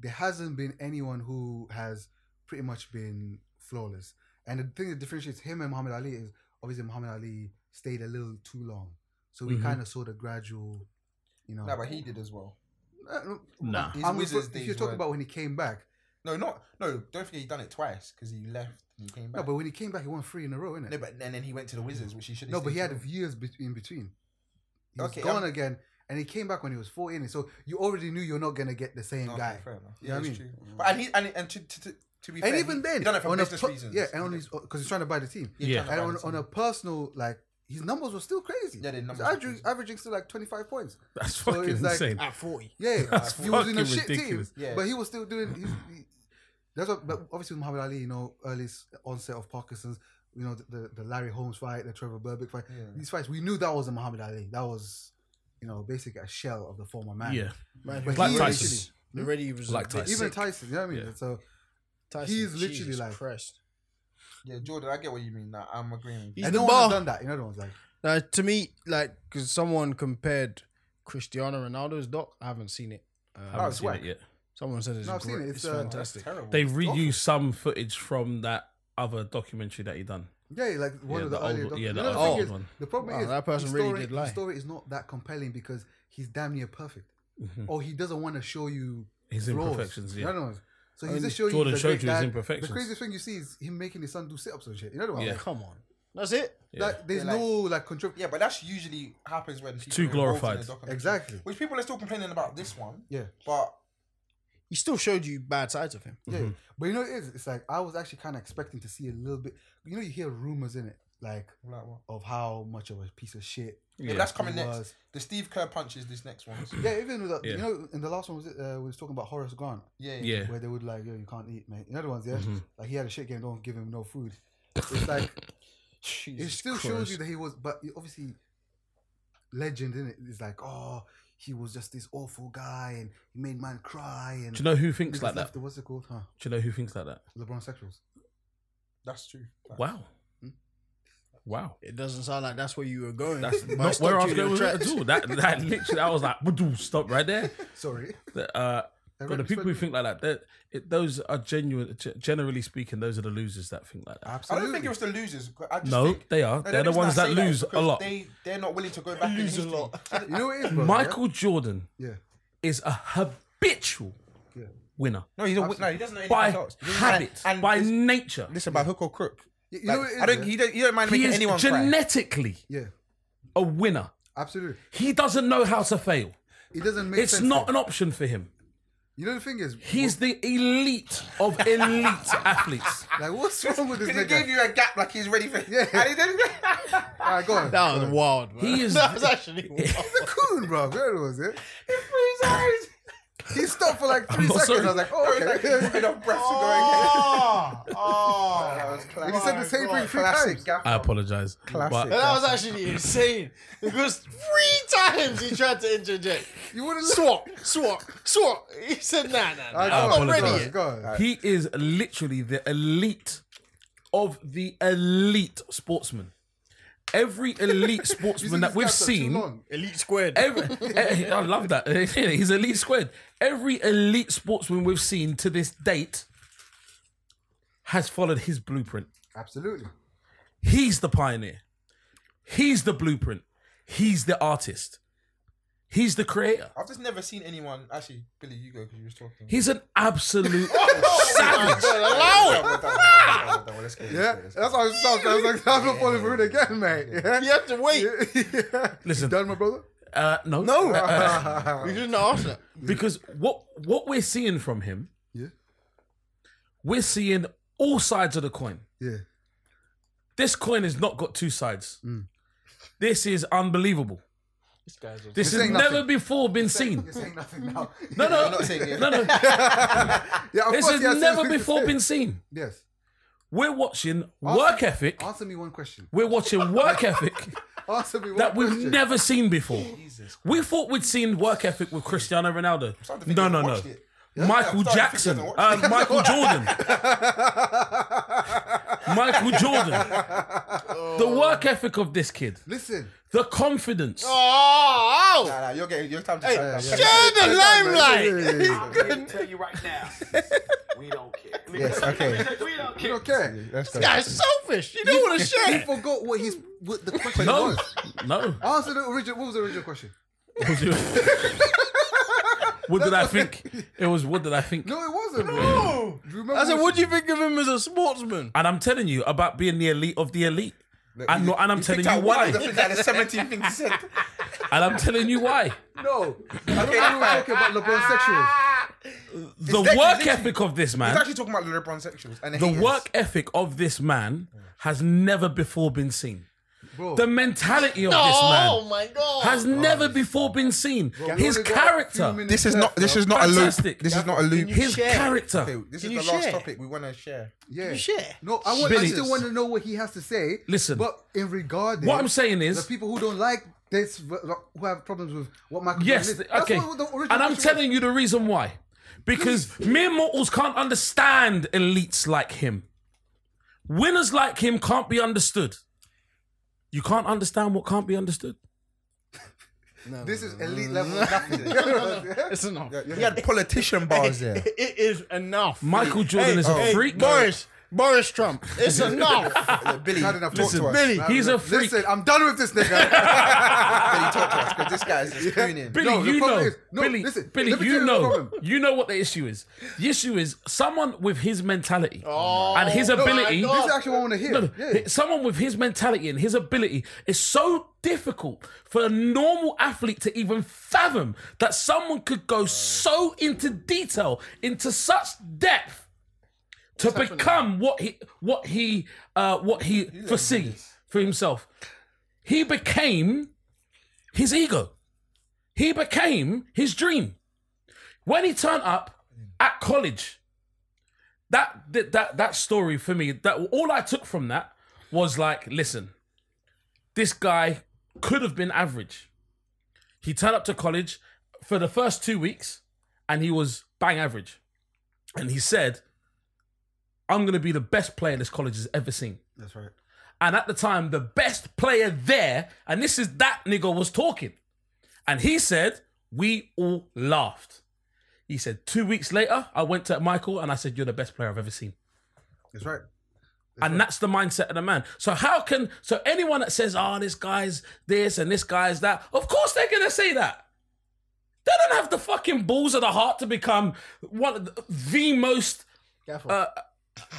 there hasn't been anyone who has pretty much been flawless. And the thing that differentiates him and Muhammad Ali is obviously Muhammad Ali stayed a little too long, so we Mhm. kind of saw the gradual. You know, No, but he did as well. Uh, no, Nah. I'm His refer- Wizards if days you're talking were- about when he came back, No, not no. Don't forget he done it twice because he left and he came no, back. but when he came back, he won three in a row, innit? No, but and then he went to the Wizards, which he should. No, but he had years be- in between. He was Okay, gone um, again, and he came back when he was 14. So you already knew you're not gonna get the same guy. Fair enough. You Yeah, know what I it's mean? true. But and he and, and to, to, to, to be fair, And even he, then, he done it for on a business per- reasons. yeah, He and on did- his because he's trying to buy the team. he was Yeah. trying And to on, balance on a him. personal, like his numbers were still crazy. Yeah, their He's numbers were averaging, crazy. averaging still like 25 points. That's so fucking it's like- ah, insane. At forty. Yeah, That's he was in a fucking shit ridiculous. team, Yeah. but he was still doing. He's, he, that's what. But obviously, with Muhammad Ali, you know, early s- onset of Parkinson's, you know, the, the, the Larry Holmes fight, the Trevor Burbick fight, Yeah. these fights, we knew that wasn't Muhammad Ali. That was, you know, basically a shell of the former man. Yeah, Man, But Like he Tyson. literally- Already he was Like a bit Tyson. even sick. Tyson, you know what I mean? Yeah. So Tyson, he's literally Jesus like- Christ. Yeah, Jordan, I get what you mean. Now I'm agreeing. With you. He's and the no one has bar. done that. You know, no one's like, Now, to me, like, because someone compared Cristiano Ronaldo's doc. I haven't seen it. I Uh, haven't Oh, it's seen whack. it yet. someone said it's No, I've seen great. it. It's, It's, uh, fantastic. terrible. They reused some footage from that other documentary that he done. yeah, like one Yeah, of the, the earlier. old- doc- yeah, you the know, old thing is, one. The problem Wow, is that person his really story, did his lie. story is not that compelling because he's damn near perfect, or he doesn't want to show you Mm-hmm. His flaws. imperfections, You know yeah. what I mean? So I he's mean, just showing Jordan you the showed great you his dad. imperfections. The craziest thing you see is him making his son do sit ups and shit. You know what I mean? Yeah. Like, Come on, that's it. Yeah. like, there's Yeah, like- no like control. Yeah, but that's usually happens when people too are involved in glorified. the documentary. Exactly. Which people are still complaining about this one. Yeah. But He still showed you bad sides of him. Yeah. Mm-hmm. But you know what it is? It's like I was actually kind of expecting to see a little bit. You know, you hear rumors in it, like like what? of how much of a piece of shit. Yeah, that's coming He next. was. The Steve Kerr punch is this next one. Yeah, even with the, Yeah. you know, in the last one was it, uh, we was talking about Horace Grant, Yeah. Yeah, Mm-hmm. where they would like, yo, you can't eat, mate. In other ones, yeah, like he had a shit game, don't give him no food. It's like it still shows you that he was, but he- obviously, legend in it is like, oh, he was just this awful guy and he made man cry and do you know who thinks niggas like that? left the- what's it called? Huh? Do you know who thinks like that? LeBron sexuals. That's true. Like, Wow, Hmm? wow. It doesn't sound like that's where you were going. That's But I not stopped where I you was in your going with it tracks. at all. That that literally, I was like, "Woo-doo, stop right there. Sorry, The, uh, I but the people who think respect- like that, that- it, those are genuine. ge- Generally speaking, those are the losers that think like that. I absolutely. don't think it was the losers. I just No, think, they are. No, They're the reason I ones that say is lose a because lot. They they're not willing to go back. Lose a in history. lot. you know what it is, bro, Michael Jordan Yeah. is a habitual Yeah. winner No, he's a, no, he doesn't know anything by else. He doesn't- habit, and, and by listen, nature. listen by hook or crook. Yeah, you Like, know what it is, I don't. yeah? He don't. He don't mind He making is anyone cry. genetically Yeah, a winner. absolutely. He doesn't know how to fail. It doesn't make It's sense. not though. an option for him. You know the thing is, He's the elite of elite athletes. like, what's wrong with this He nigga? gave you a gap like he's ready for. Yeah. And he didn't. All right, go on. That was wild. Man. He is- that was actually wild. Coon, bro. There it was. Yeah. Freeze eyes. He stopped for like three I'm not seconds. sorry. I was like, oh, okay. Like, enough breath to go again. Oh, oh. That was classic. He said the same thing three times. I apologize. Classic. That was actually insane because three times he tried to interject. You wouldn't listen. Swap, swap, swap. He said, nah, nah, nah. I I'm know, not go ready on, yet. go on. He is literally the elite of the elite sportsman. Every elite You think sportsman that these we've guys are too seen, long? Elite squared. every, eh, I love that. He's elite squared. Every elite sportsman we've seen to this date has followed his blueprint. Absolutely. He's the pioneer. He's the blueprint. He's the artist. He's the creator. I've just never seen anyone. Actually, Billy, you go because you was talking. He's an absolute Savage. Allow it. Yeah, that's how I stopped. I was like, I'm not falling for it again, mate. Yeah. You have to wait. yeah. Listen. You done, my brother? uh, no no You didn't ask that. because what what we're seeing from him, Yeah. we're seeing all sides of the coin. Yeah. This coin has not got two sides. Mm. This is unbelievable. This guy's a This has ain't never nothing. before been seen. You're saying nothing now. No, no, no, no. Yeah, of This course, has he has never things to before say. been seen. Yes. We're watching Answer- work ethic. Answer me one question. We're watching work ethic Answer me one that we've question. never seen before. We thought we'd seen work ethic with Cristiano Ronaldo. starting to think No, he no, no. watched it. Michael starting to think he Jackson, hasn't uh, Michael Jordan, Michael Jordan. The Oh. work ethic of this kid, Listen. the confidence. Nah, Oh, oh. nah, you're getting your time to Hey, shine now. share the limelight. Yeah. tell you right now, we don't care. Yes, okay. We don't You care. don't care. Let's go. Guy's selfish. You don't want to He share. forgot what his what the question No, was. no. Answer the original. What was the original question? what did I think? It was what did I think? No, it wasn't. bro. No. Do you remember I said, what do you think of him as a sportsman? And I'm telling you about being the elite of the elite. And, no- and I'm telling you why. That's like the 17 things he said. And I'm telling you why. No. I don't know we were talking about LeBron sexuals. The It's work actually- ethic of this He's man, actually talking about the LeBron sexuals. And the haters. work ethic of this man has never before been seen. Bro. The mentality of this Oh, man my God. has never before been seen. We His only got a few character, minutes This is left, not. This bro. is not a loop. Fantastic. This is not a loop. his character. Okay, this Can is you the last share? topic we want to share. Yeah. share. No, I, want, I Billy. still want to know what he has to say. Listen. But in regard What I'm saying is- the people who don't like this, who have problems with what Michael Yes, Jordan is. That's okay. what the original and I'm telling you the reason why. Because mere mortals can't understand elites like him. Winners like him can't be understood. You can't understand what can't be understood. This is elite level nothing. yeah. It's enough. He had politician bars there. It is enough. Michael Jordan is a hey, freak. Boris, Boris Trump. It's enough. Look, Billy, Not enough. talk Listen, to us. Billy, He's a freak. Listen, I'm done with this nigga. Billy, talk to us because this guy's just spooning. Billy, No, the you know. problem is- no, Billy, listen, Billy, let me you tell you the know. problem. You know what the issue is. The issue is someone with his mentality Oh, and his my ability. God. this is actually what I want to hear. No, yeah. Someone with his mentality and his ability is so difficult for a normal athlete to even fathom that someone could go so into detail, into such depth, to become what he what he uh, what he foresees for himself. He became his ego. He became his dream. When he turned up at college that that that, that story for me that all I took from that was like listen this guy could have been average he turned up to college for the first 2 weeks and he was bang average and he said I'm going to be the best player this college has ever seen That's right. and at the time the best player there and this is that nigga was talking and he said we all laughed he said 2 weeks later I went to Michael and I said you're the best player I've ever seen That's right. and that's the mindset of the man. So how can so anyone that says, "Oh, this guy's this and this guy's that," of course they're gonna say that. They don't have the fucking balls or the heart to become one of the, the most uh,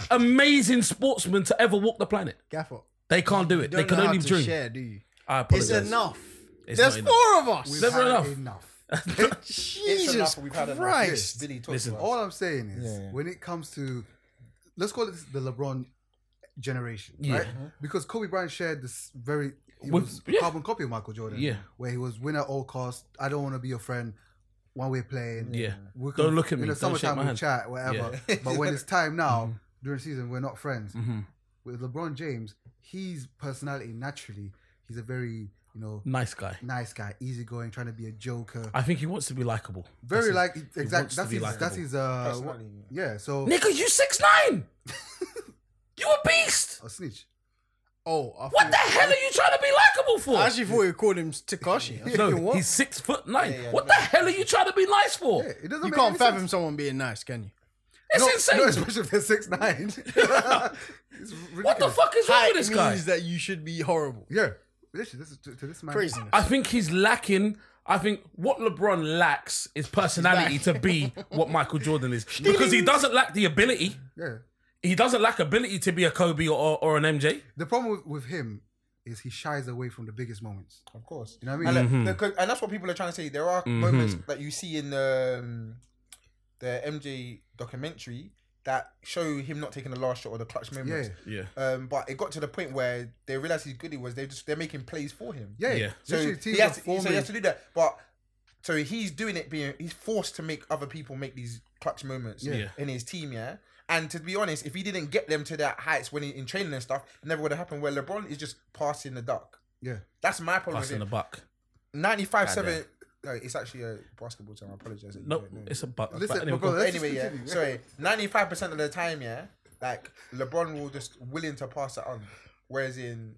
amazing sportsman to ever walk the planet. Gaffer. They can't do it. They can only dream. Share, do you? I It's apologize. enough. It's There's not enough. four of us. Never Had enough. It's enough, Jesus We've had enough. Christ. Billy, talk Listen. to us. All I'm saying is, Yeah, yeah. when it comes to, let's call it the LeBron generation, Yeah. Uh-huh. right? Because Kobe Bryant shared this very he With- was a yeah. carbon copy of Michael Jordan, Yeah. where he was win at all costs. I don't want to be your friend. while we're playing, Yeah. we Don't look at me. In the Don't shake summertime, my we hand. Mm-hmm. chat, whatever. But when it's time now during the season, we're not friends. With LeBron James, his personality naturally, he's a very you know Nice guy. nice guy, easygoing, trying to be a joker. I think he wants to be likable. very like wants exactly. to That's be his. likable. That's his. Uh, Personality, what- yeah. So Nigga, you six nine. you a beast. a snitch. Oh, I What thought- the hell are you trying to be likable for? I actually thought you called him Takashi. I was thinking, no, what? he's six foot nine. what the hell are you trying to be nice for? Yeah, it doesn't. You make can't any fathom sense. someone being nice, can you? It's No, insane. no, especially if they're six nine. what the fuck is wrong with this means guy? that you should be horrible. Yeah. Literally, this is to, to this man. Craziness. I think he's lacking. I think what LeBron lacks is personality to be what Michael Jordan is because he doesn't lack the ability. Yeah. He doesn't lack ability to be a Kobe or, or an MJ. The problem with, with him is he shies away from the biggest moments. Of course. You know what I And, mean? like, the- 'cause- and that's what people are trying to say. There are moments that you see in the um, the MJ documentary that show him not taking the last shot or the clutch moments. Yeah. Um, but it got to the point where they realized his goodie was they just they're making plays for him. Yeah. Yeah. So Literally, he, teams has are to, so he has forming- to do that. But so he's doing it being he's forced to make other people make these clutch moments Yeah. in his team, yeah. And to be honest, if he didn't get them to that heights when he, in training and stuff, it never would have happened. Where LeBron is just passing the duck. Yeah. That's my problem. with Passing him. the Ah, buck. 95 7. No, it's actually a basketball term. I apologize. that you No, don't know. it's a buck. Listen, But anyway, my brother, go- let's anyway, just yeah. continue. Sorry, 95% of the time, yeah, like LeBron will just willing to pass it on. Whereas in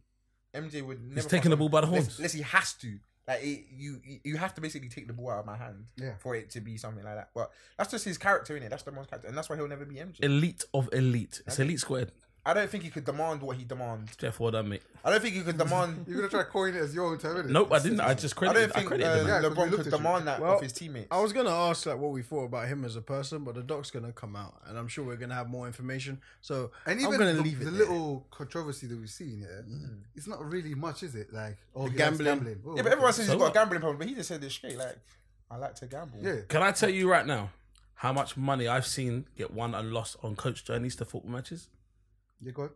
MJ would never. taking pass it the on ball by the unless- horns. Unless he has to. Like it, you, you have to basically take the ball out of my hand Yeah. for it to be something like that. But that's just his character, innit? That's the most character, and that's why he'll never be MJ. elite of elite. It's elite squared. I don't think he could demand what he demands. Jeff, well done, mate. I don't think he could demand. You're gonna try to coin it as your own term. innit? Nope, I didn't. I just I credited. don't I, think uh, credited him. Yeah, 'cause we LeBron looked could at you. demand that Well, of his teammates. I was gonna ask like what we thought about him as a person, but the doc's gonna come out, and I'm sure we're gonna have more information. So And I'm even gonna the, leave it the there. Mm. little controversy that we've seen, yeah, it's not really much, is it? Like oh, yeah, it's gambling. gambling. Oh, Yeah, but everyone says So he's got what? a gambling problem, but he just said this straight. Like, I like to gamble. Yeah. Can I tell you right now how much money I've seen get won and lost on coach journeys to football matches? You go.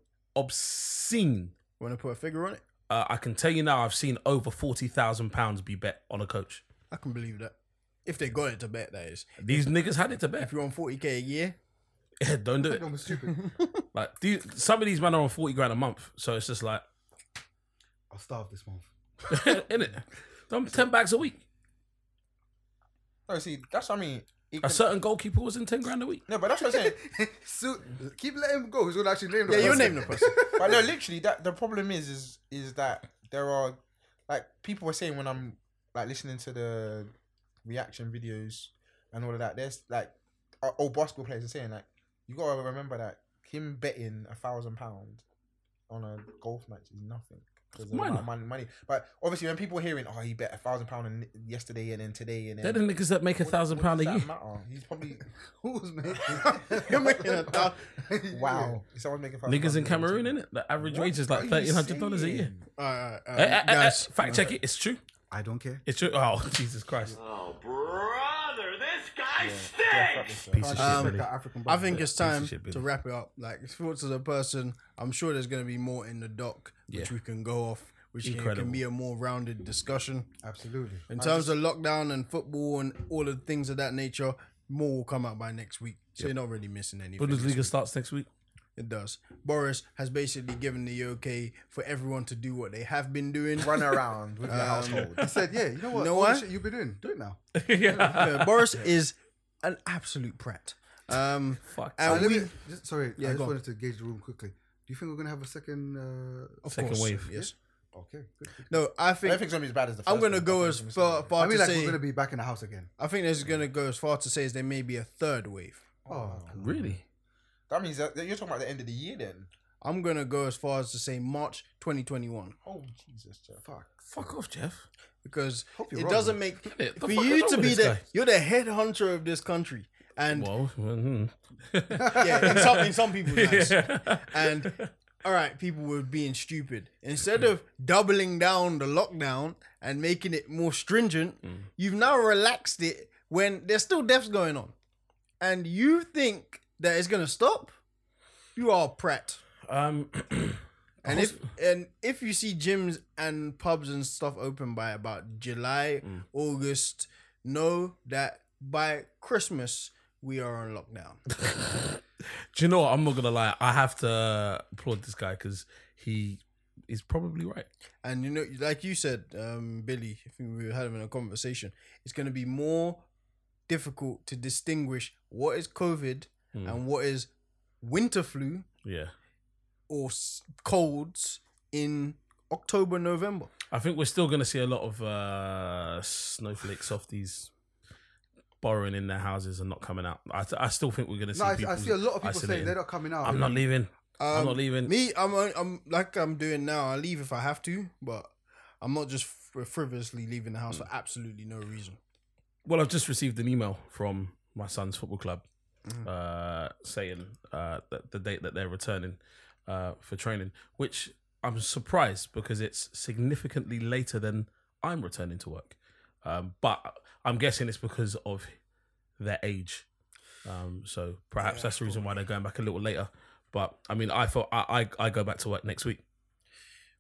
Obscene. Want to put a figure on it? Uh, I can tell you now, I've seen over forty thousand pounds be bet on a coach. I can believe that. If they got it to bet, that is. These niggas had it to bet. If you're on 40k a year, Yeah, don't do it. I'm stupid. Like these, some of these men are on forty grand a month, so it's just like, I'll starve this month. in it, them ten bags a week. No, see, that's what I mean. He A could- certain goalkeeper was in ten grand a week. no, but that's what I'm saying. so keep letting him go. He's gonna actually name the yeah, you're person. naming the person. but no, literally, that the problem is, is, is that there are, like, people were saying when I'm like listening to the reaction videos and all of that. There's like uh, old basketball players are saying like, you gotta remember that him betting a thousand pound on a golf match is nothing. Because the Why amount not? of money, money, but obviously when people are hearing, oh, he bet a thousand pound on yesterday and then today and then They're the niggas that make a What- thousand what pound a does year. that matter? He's probably Who's making? You're making a thou- wow. Someone's making fun Niggas in Cameroon, in it, the average wage is like thirteen hundred dollars a year. All right, all right, all Eh, right, eh, eh, eh, guys. fact check it. It's true. I don't care. It's true. Oh Jesus Christ! Oh, brother, this guy stinks! Piece of shit. Um, really. African I think it's time of shit, to Billy. wrap it up. Like thoughts as a person, I'm sure there's going to be more in the doc, which Yeah. we can go off, which can, can Incredible. be a more rounded discussion absolutely. in terms of lockdown and football and all of the things of that nature. More will come out by next week, so you're not really missing anything. Bundesliga starts next week. It does. Boris has basically given the okay for everyone to do what they have been doing. Um, Run around with your household. I said, yeah. You know what? know All what? the Shit you've been doing. Do it now. yeah. Uh, Boris is an absolute prat. Um, Fuck. and Let we, me, just, sorry, Yeah, I go just on. wanted to gauge the room quickly. Do you think we're gonna have a second? Uh, of Second course, wave. Yes. okay, good. No, I I think don't think it's gonna be as bad as the first I'm gonna one. go I as think it's far, gonna far I mean, to like say we're gonna be back in the house again. I think this is gonna go as far to say as there may be a third wave. Oh, Really? be- That means that you're talking about the end of the year then. I'm gonna go as far as to say March 2021 Oh Jesus, Jeff. fuck. Fuck off, Jeff. because Hope you're it wrong, doesn't man. make Yeah, the for fuck is you wrong to with be this the guy? you're the head hunter of this country and Well, yeah, in some in some people's eyes. yeah. and all right, people were being stupid. Instead of doubling down the lockdown and making it more stringent, you've now relaxed it when there's still deaths going on, and you think that it's gonna stop. You are a prat. Um, And if and if you see gyms Mm. and pubs and stuff open by about July, August, know that by Christmas we are on lockdown. Do you know what? I'm not gonna lie. I have to applaud this guy because he is probably right. And you know, like you said, um, Billy, I think we were having a conversation. It's going to be more difficult to distinguish what is COVID Mm. and what is winter flu Yeah. or s- colds in October, November. I think we're still gonna see a lot of uh, snowflake softies borrowing in their houses and not coming out. I, I still think we're gonna see. No, I, people I see a lot of people saying isolating. they're not coming out. I'm not leaving. I'm Um, not leaving. Me, I'm, on- I'm like I'm doing now. I leave if I have to, but I'm not just fr- frivolously leaving the house for absolutely no reason. Well, I've just received an email from my son's football club Mm. uh, saying uh, that the date that they're returning uh, for training, which I'm surprised because it's significantly later than I'm returning to work. Um, but I'm guessing it's because of their age. Um, so perhaps that's the reason why they're going back a little later. But I mean, I thought I, I, I go back to work next week.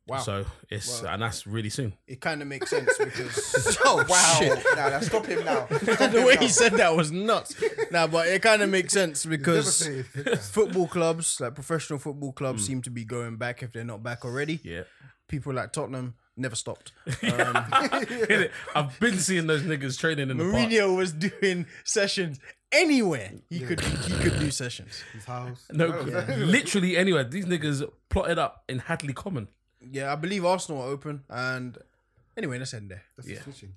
Wow, So it's and that's really soon. it kind of makes sense because oh wow, Now, now stop him now. the way he said that was nuts. Nah, but it kind of makes sense because Devastated. football clubs, like professional football clubs, seem to be going back if they're not back already. Yeah. People like Tottenham never stopped. Um, I've been seeing those niggas training in the park. Mourinho was doing sessions anywhere he could. He could do sessions. his house. No, literally anywhere. These niggas plotted up in Hadley Common. Yeah, I believe Arsenal are open. And anyway, let's end there. That's Yeah. the switching.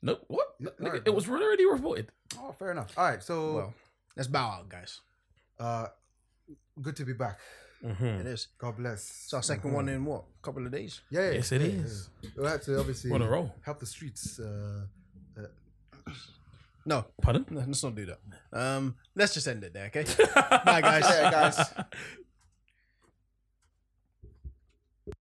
No, what? Yeah, Nigga, alright, it bro. was already reported. Oh, fair enough. All right, so Well, let's bow out, guys. uh, good to be back. It is. God bless. It's our Hmm. 2nd one in what? A couple of days. yeah, yeah, Yes, it yeah, is. yeah. We'll have to obviously On a roll. help the streets. Uh, No, Pardon? no, let's not do that. Um, let's just end it there, okay? Bye, guys. Yeah, guys.